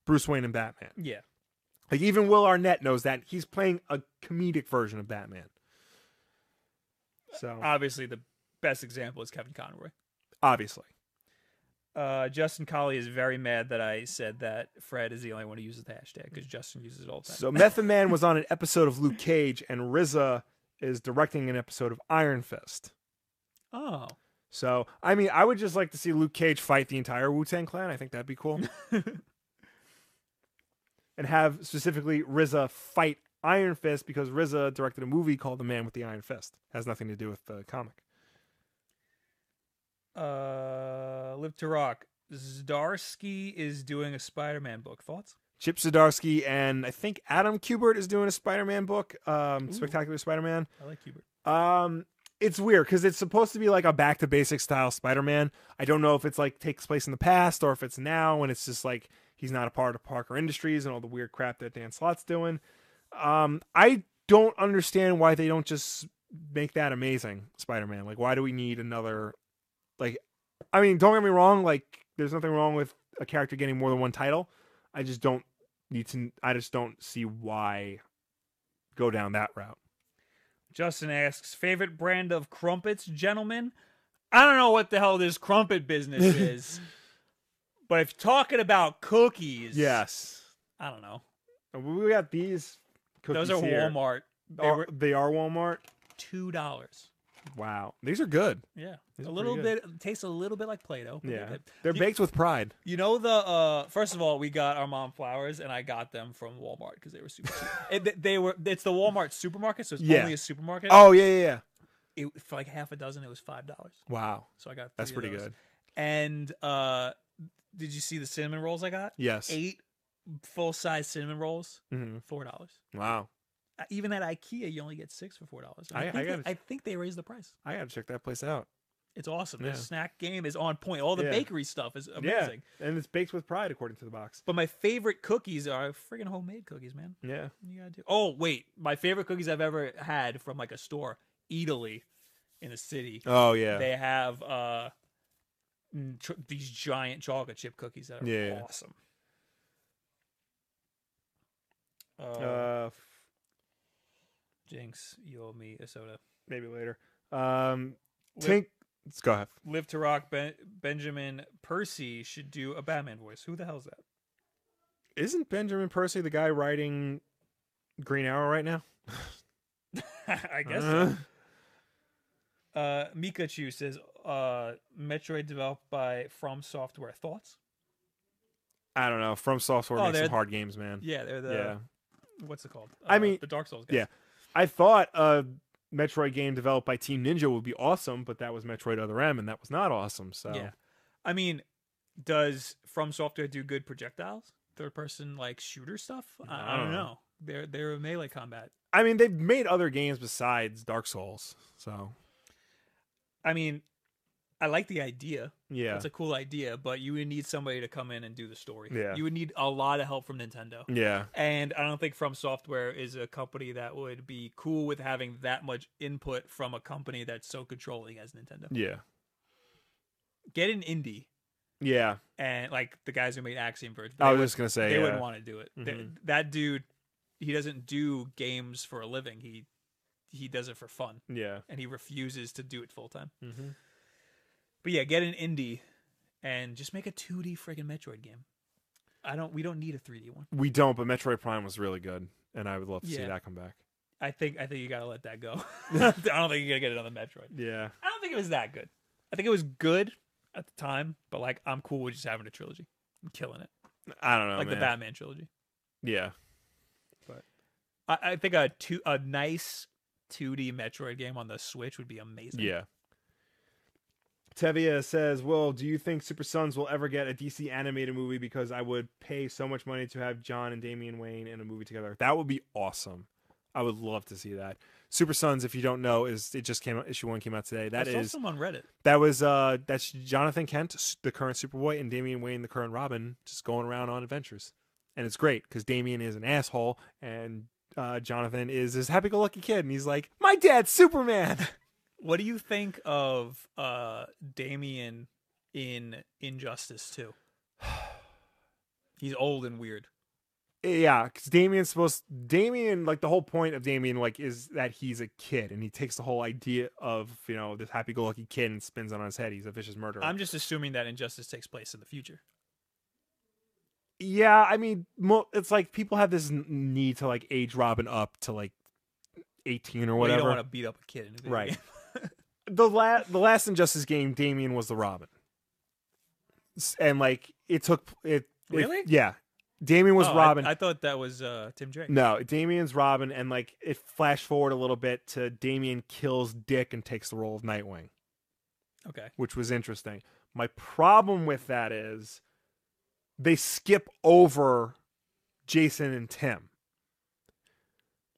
B: Bruce Wayne and Batman.
A: Yeah.
B: Like even Will Arnett knows that he's playing a comedic version of Batman. So
A: Obviously, the best example is Kevin Conroy.
B: obviously,
A: Uh, Justin Colley is very mad that I said that Fred is the only one who uses the hashtag because Justin uses it all the time.
B: so Method Man was on an episode of Luke Cage, and RZA is directing an episode of Iron Fist.
A: oh.
B: So I mean, I would just like to see Luke Cage fight the entire Wu Tang Clan. I think that'd be cool. and have specifically RZA fight Iron Fist because RZA directed a movie called The Man with the Iron Fist. Has nothing to do with the comic.
A: Uh, Live to Rock. Zdarsky is doing a Spider Man book. Thoughts?
B: Chip Zdarsky and I think Adam Kubert is doing a Spider-Man book, um,
A: Ooh.
B: Spectacular Spider-Man.
A: I like Hubert.
B: Um, it's weird because it's supposed to be like a back to basics style Spider-Man. I don't know if it's like takes place in the past or if it's now and it's just like he's not a part of Parker Industries and all the weird crap that Dan Slott's doing. Um, I don't understand why they don't just make that amazing Spider-Man. Like, why do we need another? Like, I mean, don't get me wrong. Like, there's nothing wrong with a character getting more than one title. I just don't need to. I just don't see why go down that route.
A: Justin asks, favorite brand of crumpets, gentlemen? I don't know what the hell this crumpet business is, but if talking about cookies,
B: Yes.
A: I don't know.
B: We got these cookies
A: Those are
B: here.
A: Walmart. They
B: Are-
A: were
B: they are Walmart.
A: two dollars.
B: Wow, these are good.
A: Yeah,
B: These
A: a
B: are
A: little
B: pretty good.
A: bit tastes a little bit like Play-Doh. but they're
B: Yeah,
A: good.
B: they're
A: You-
B: baked with pride.
A: You know the uh first of all, we got our mom flowers, and I got them from Walmart because they were super. cheap. And th- they were. It's the Walmart supermarket, so it's
B: Yeah.
A: only a supermarket.
B: Oh yeah, yeah, yeah.
A: It, for like half a dozen, it was five dollars.
B: Wow,
A: So I got. Three
B: that's
A: of
B: pretty
A: those.
B: good.
A: And uh did you see the cinnamon rolls I got?
B: Yes.
A: Eight full size cinnamon rolls,
B: Mhm.
A: four dollars. Uh,
B: Wow,
A: Even at IKEA, you only get six for four dollars.
B: I- I
A: think
B: gotta-
A: they, I think they raised the price.
B: I gotta check that place out.
A: It's awesome.
B: Yeah.
A: Their snack game is on point. All the
B: Yeah.
A: bakery stuff is amazing.
B: Yeah, and it's baked with pride according to the box.
A: But my favorite cookies are friggin' homemade cookies, man.
B: Yeah.
A: You gotta do. Oh wait, my favorite cookies I've ever had from like a store, Italy, in the city.
B: Oh yeah.
A: They have uh n- ch- these giant chocolate chip cookies that are
B: Yeah.
A: awesome. uh,
B: uh, f-
A: Jinx, you owe me a soda.
B: maybe later. Um,
A: Lip-
B: Tink Let's go ahead.
A: Live to Rock ben- Benjamin Percy should do a Batman voice. Who the hell's that?
B: Isn't Benjamin Percy the guy writing Green Arrow right now?
A: I guess. so.
B: Uh,
A: Uh, Mikachu says, uh, Metroid developed by From Software. Thoughts?
B: I don't know. From Software
A: Oh,
B: makes
A: they're-
B: some hard games, man.
A: Yeah, they're the
B: yeah.
A: what's it called?
B: I
A: Uh,
B: mean-
A: the Dark Souls. Guys.
B: yeah. I thought a Metroid game developed by Team Ninja would be awesome, but that was Metroid Other M, and that was not awesome. So
A: yeah. I mean, does From Software do good projectiles, third person like shooter stuff? I, I don't know. They're they're a melee combat.
B: I mean, they've made other games besides Dark Souls. So
A: I mean, I like the idea.
B: yeah,
A: It's a cool idea, but you would need somebody to come in and do the story.
B: Yeah.
A: You would need a lot of help from Nintendo.
B: yeah,
A: And I don't think From Software is a company that would be cool with having that much input from a company that's so controlling as Nintendo.
B: yeah,
A: Get an indie
B: yeah.
A: and like the guys who made Axiom Verge.
B: I
A: they
B: was
A: would-
B: just gonna say uh,
A: they
B: yeah.
A: wouldn't want to do it. Th-
B: Mhm.
A: that dude, he doesn't do games for a living. He he does it for fun,
B: yeah.
A: and he refuses to do it full time. But yeah, get an indie and just make a 2D friggin' Metroid game. I don't. We don't need a 3D one.
B: We don't, but Metroid Prime was really good, and I would love to see
A: Yeah.
B: that come back.
A: I think. I think you gotta let that go. I don't think you're gonna get another Metroid.
B: Yeah,
A: I don't think it was that good. I think it was good at the time, but like I'm cool with just having a trilogy. I'm killing it,
B: I don't know,
A: like the
B: Oh, man.
A: Batman trilogy.
B: Yeah,
A: I, I think a two a nice 2D Metroid game on the Switch would be amazing.
B: yeah. Tevia says, "Well, do you think Super Sons will ever get a DC animated movie? Because I would pay so much money to have John and Damian Wayne in a movie together. That would be awesome. I would love to see that. Super Sons, if you don't know, is it just came out issue one came out today. That
A: I saw
B: is
A: some on Reddit.
B: That was uh that's Jonathan Kent, s- the current Superboy, and Damian Wayne, the current Robin, just going around on adventures. And it's great because Damian is an asshole and uh, Jonathan is this happy-go-lucky kid, and he's like, "My dad's Superman."
A: What do you think of uh Damien in Injustice 2? He's old and weird.
B: yeah, because Damian's supposed Damian like the whole point of Damian like is that he's a kid, and he takes the whole idea of you know this happy-go-lucky kid and spins it on his head. He's a vicious murderer.
A: I'm just assuming that Injustice takes place in the future.
B: yeah i mean mo- it's like people have this n- need to like age robin up to like 18
A: Well,
B: or
A: you
B: whatever
A: don't want to beat up a kid in a video
B: Right.
A: game.
B: the last the last injustice game damien was the robin S- and like it took it, it-
A: Really?
B: yeah damien was
A: Oh, I-
B: robin
A: I, thought that was uh Tim Drake.
B: no damien's robin and like it flashed forward a little bit to damien kills dick and takes the role of nightwing
A: Okay.
B: which was interesting. My problem with that is they skip over Jason and Tim.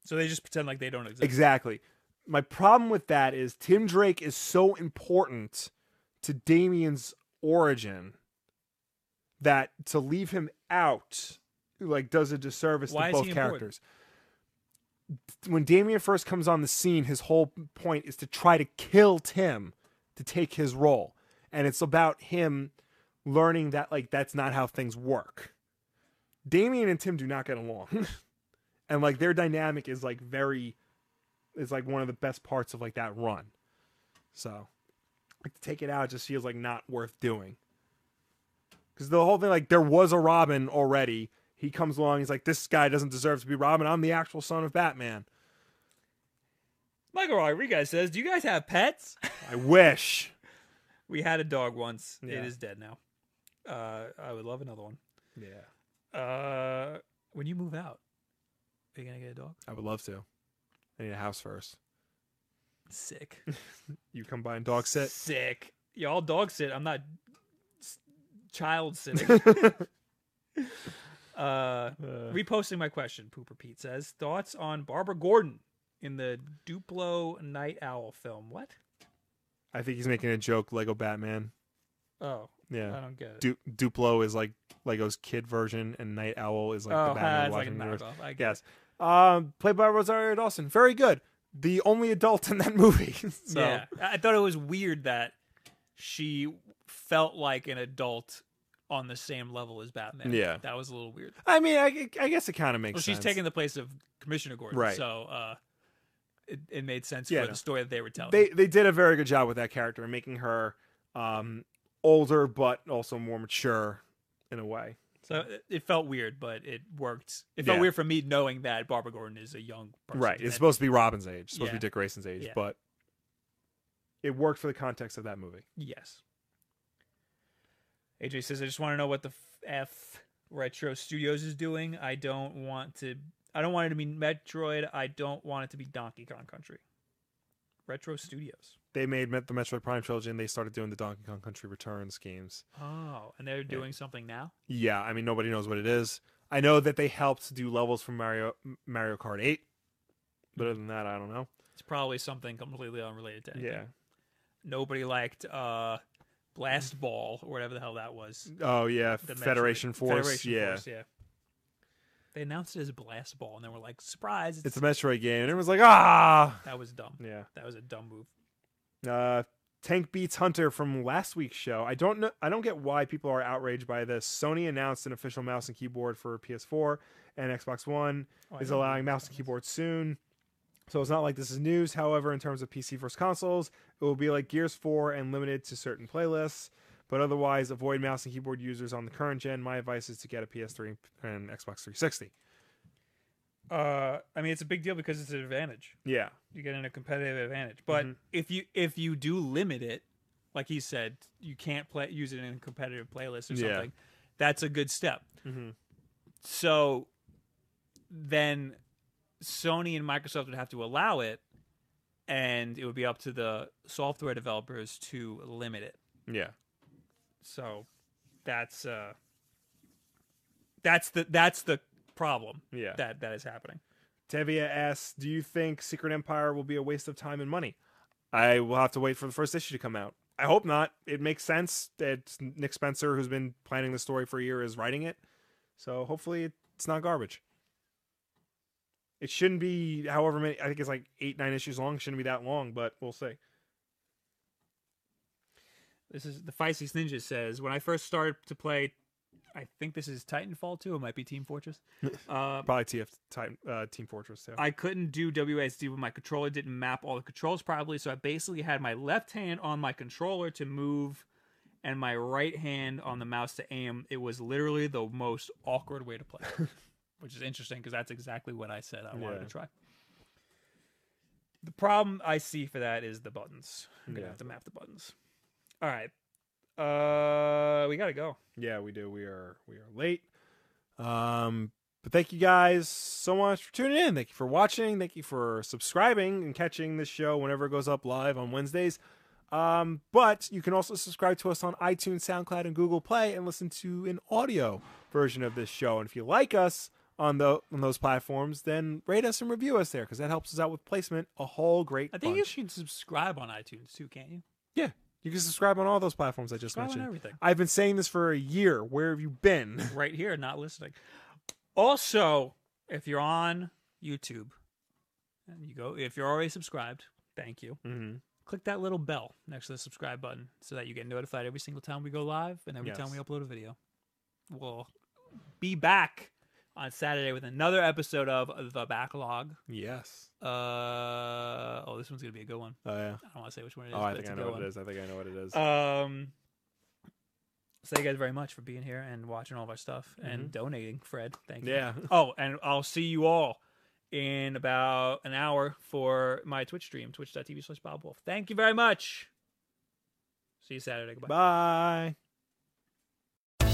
A: So they just pretend like they don't exist.
B: Exactly. My problem with that is Tim Drake is so important to Damien's origin that to leave him out like does a disservice
A: Why
B: to
A: is
B: both
A: he important?
B: characters. When Damien first comes on the scene, his whole point is to try to kill Tim to take his role. And it's about him learning that like that's not how things work. Damien and Tim do not get along. and like their dynamic is like very is like one of the best parts of like that run. So like to take it out just feels like not worth doing. Cause the whole thing, like there was a Robin already. He comes along, he's like, This guy doesn't deserve to be Robin. I'm the actual son of Batman.
A: Michael Rodriguez says, "Do you guys have pets?"
B: I wish.
A: we had a dog once.
B: Yeah.
A: It is dead now. Uh I would love another one.
B: Yeah.
A: Uh, when you move out, are you gonna get a dog?
B: I would love to. I need a house first.
A: Sick.
B: You come by and dog sit.
A: Sick. Y'all dog sit. I'm not s- child sitting.
B: Uh,
A: uh, reposting my question. Pooper Pete says thoughts on Barbara Gordon in the Duplo Night Owl film. What?
B: I think he's making a joke, Lego Batman.
A: Oh, I
B: Yeah.
A: don't get it.
B: Du- Duplo is like Lego's kid version, and Night Owl is like
A: oh,
B: the Batman
A: ha,
B: of
A: it's like a
B: Washington Universe.
A: knockoff. I guess.
B: Yes. Um, played by Rosario Dawson. Very good. The only adult in that movie. so
A: Yeah, I I thought it was weird that she felt like an adult on the same level as Batman.
B: Yeah.
A: that was a little weird.
B: I mean, I, I guess it kind of makes
A: Well, she's
B: sense.
A: taking the place of Commissioner Gordon,
B: Right.
A: So uh, it, it made sense
B: Yeah,
A: for
B: no.
A: the story that they were telling.
B: They they did a very good job with that character and making her um older but also more mature in a way.
A: so it, it felt weird, but it worked. It felt
B: Yeah.
A: weird for me knowing that Barbara Gordon is a young person.
B: Right. It's
A: and-
B: supposed to be Robin's age. It's supposed to
A: Yeah.
B: be Dick Grayson's age,
A: Yeah.
B: but it worked for the context of that movie.
A: Yes. AJ says, I just want to know what the f-, f Retro Studios is doing. I don't want to. I don't want it to be Metroid. I don't want it to be Donkey Kong Country. Retro Studios.
B: They made Met- the Metroid Prime trilogy and they started doing the Donkey Kong Country Returns games.
A: Oh, and they're doing something now.
B: Yeah, I mean nobody knows what it is. I know that they helped do levels from Mario M- Mario Kart 8. But other than that, I don't know.
A: It's probably something completely unrelated to anything.
B: Yeah.
A: Nobody liked uh, Blast Ball or whatever the hell that was.
B: Oh yeah,
A: The Metroid-
B: Federation Force.
A: Federation
B: yeah.
A: Force, yeah. They announced it as Blast Ball, and then we're like, surprise! It's,
B: It's a Metroid game and everyone's like, "Ah!"
A: that was dumb.
B: Yeah.
A: That was a dumb move.
B: Uh, Tank beats Hunter from last week's show. I don't know. I don't get why people are outraged by this. Sony announced an official mouse and keyboard for PS4 and Xbox One
A: Oh, I
B: is
A: didn't read
B: allowing
A: that
B: mouse and
A: one.
B: keyboard soon. So it's not like this is news. However, in terms of PC versus consoles, it will be like Gears 4 and limited to certain playlists. But otherwise, avoid mouse and keyboard users on the current gen. My advice is to get a PS3 and Xbox 360.
A: uh i mean it's a big deal because it's an advantage
B: Yeah,
A: you get in a competitive advantage but
B: Mhm.
A: if you if you do limit it like he said you can't play use it in a competitive playlist or
B: Yeah.
A: something that's a good step
B: Mhm.
A: so then sony and microsoft would have to allow it and it would be up to the software developers to limit it
B: yeah.
A: so that's uh that's the that's the problem
B: Yeah.
A: that that is happening
B: Tevia asks, "Do you think Secret Empire will be a waste of time and money?" I will have to wait for the first issue to come out. I hope not. It makes sense that Nick Spencer, who's been planning the story for a year, is writing it, so hopefully it's not garbage. It shouldn't be, however many. I think it's like eight, nine issues long. Shouldn't be that long, but we'll see.
A: This is the Feisty Ninja says when I first started to play. I think this is Titanfall 2. It might be Team Fortress. Uh,
B: Probably TF time, uh, Team Fortress too.
A: I couldn't do WASD with my controller. It Didn't map all the controls properly, so I basically had my left hand on my controller to move, and my right hand on the mouse to aim. It was literally the most awkward way to play, which is interesting because that's exactly what I said I wanted
B: Yeah.
A: to try. The problem I see for that is the buttons. I'm gonna
B: Yeah.
A: have to map the buttons. All right, uh, we gotta go.
B: Yeah, we do. We are we are late. Um, but thank you guys so much for tuning in. Thank you for watching. Thank you for subscribing and catching this show whenever it goes up live on Wednesdays. Um, but you can also subscribe to us on iTunes, SoundCloud, and Google Play, and listen to an audio version of this show. And if you like us on the on those platforms, then rate us and review us there because that helps us out with placement. A whole great.
A: I think
B: bunch.
A: you can subscribe on iTunes too, can't you?
B: yeah, you can subscribe on all those platforms I just
A: Subscribe on
B: mentioned.
A: everything.
B: I've been saying this for a year. Where have you been?
A: right here, not listening. Also, if you're on YouTube and you go, if you're already subscribed, thank you.
B: Mm-hmm.
A: Click that little bell next to the subscribe button so that you get notified every single time we go live and every time we
B: Yes.
A: upload a video. We'll be back on Saturday with another episode of The Backlog.
B: Yes.
A: Uh, oh, this one's going to be a good one.
B: Oh yeah.
A: I don't want to say which one it is.
B: Oh,
A: but
B: I
A: it's
B: think
A: a
B: I
A: good
B: know what
A: one.
B: it is. I think I know what it is.
A: Um, so thank you guys very much for being here and watching all of our stuff and donating, Fred. Thank you.
B: Mm-hmm. Yeah.
A: Oh, and I'll see you all in about an hour for my Twitch stream, twitch.tv slash Bob Wolf. Thank you very much. See you Saturday. Goodbye.
B: Bye.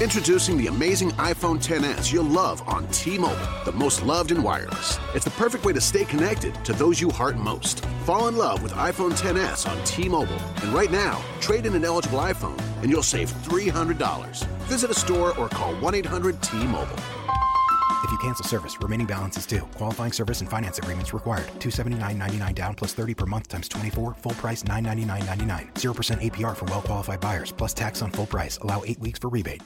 C: Introducing the amazing iPhone XS you'll love on T-Mobile, the most loved in wireless. It's the perfect way to stay connected to those you heart most. Fall in love with iPhone XS on T-Mobile, and right now, trade in an eligible iPhone and you'll save $300. Visit a store or call 1-800-T-Mobile.
D: If you cancel service, remaining balance is due. Qualifying service and finance agreements required. 279.99 down plus 30 per month times 24. Full price 999.99. 0% APR for well qualified buyers plus tax on full price. Allow 8 weeks for rebate.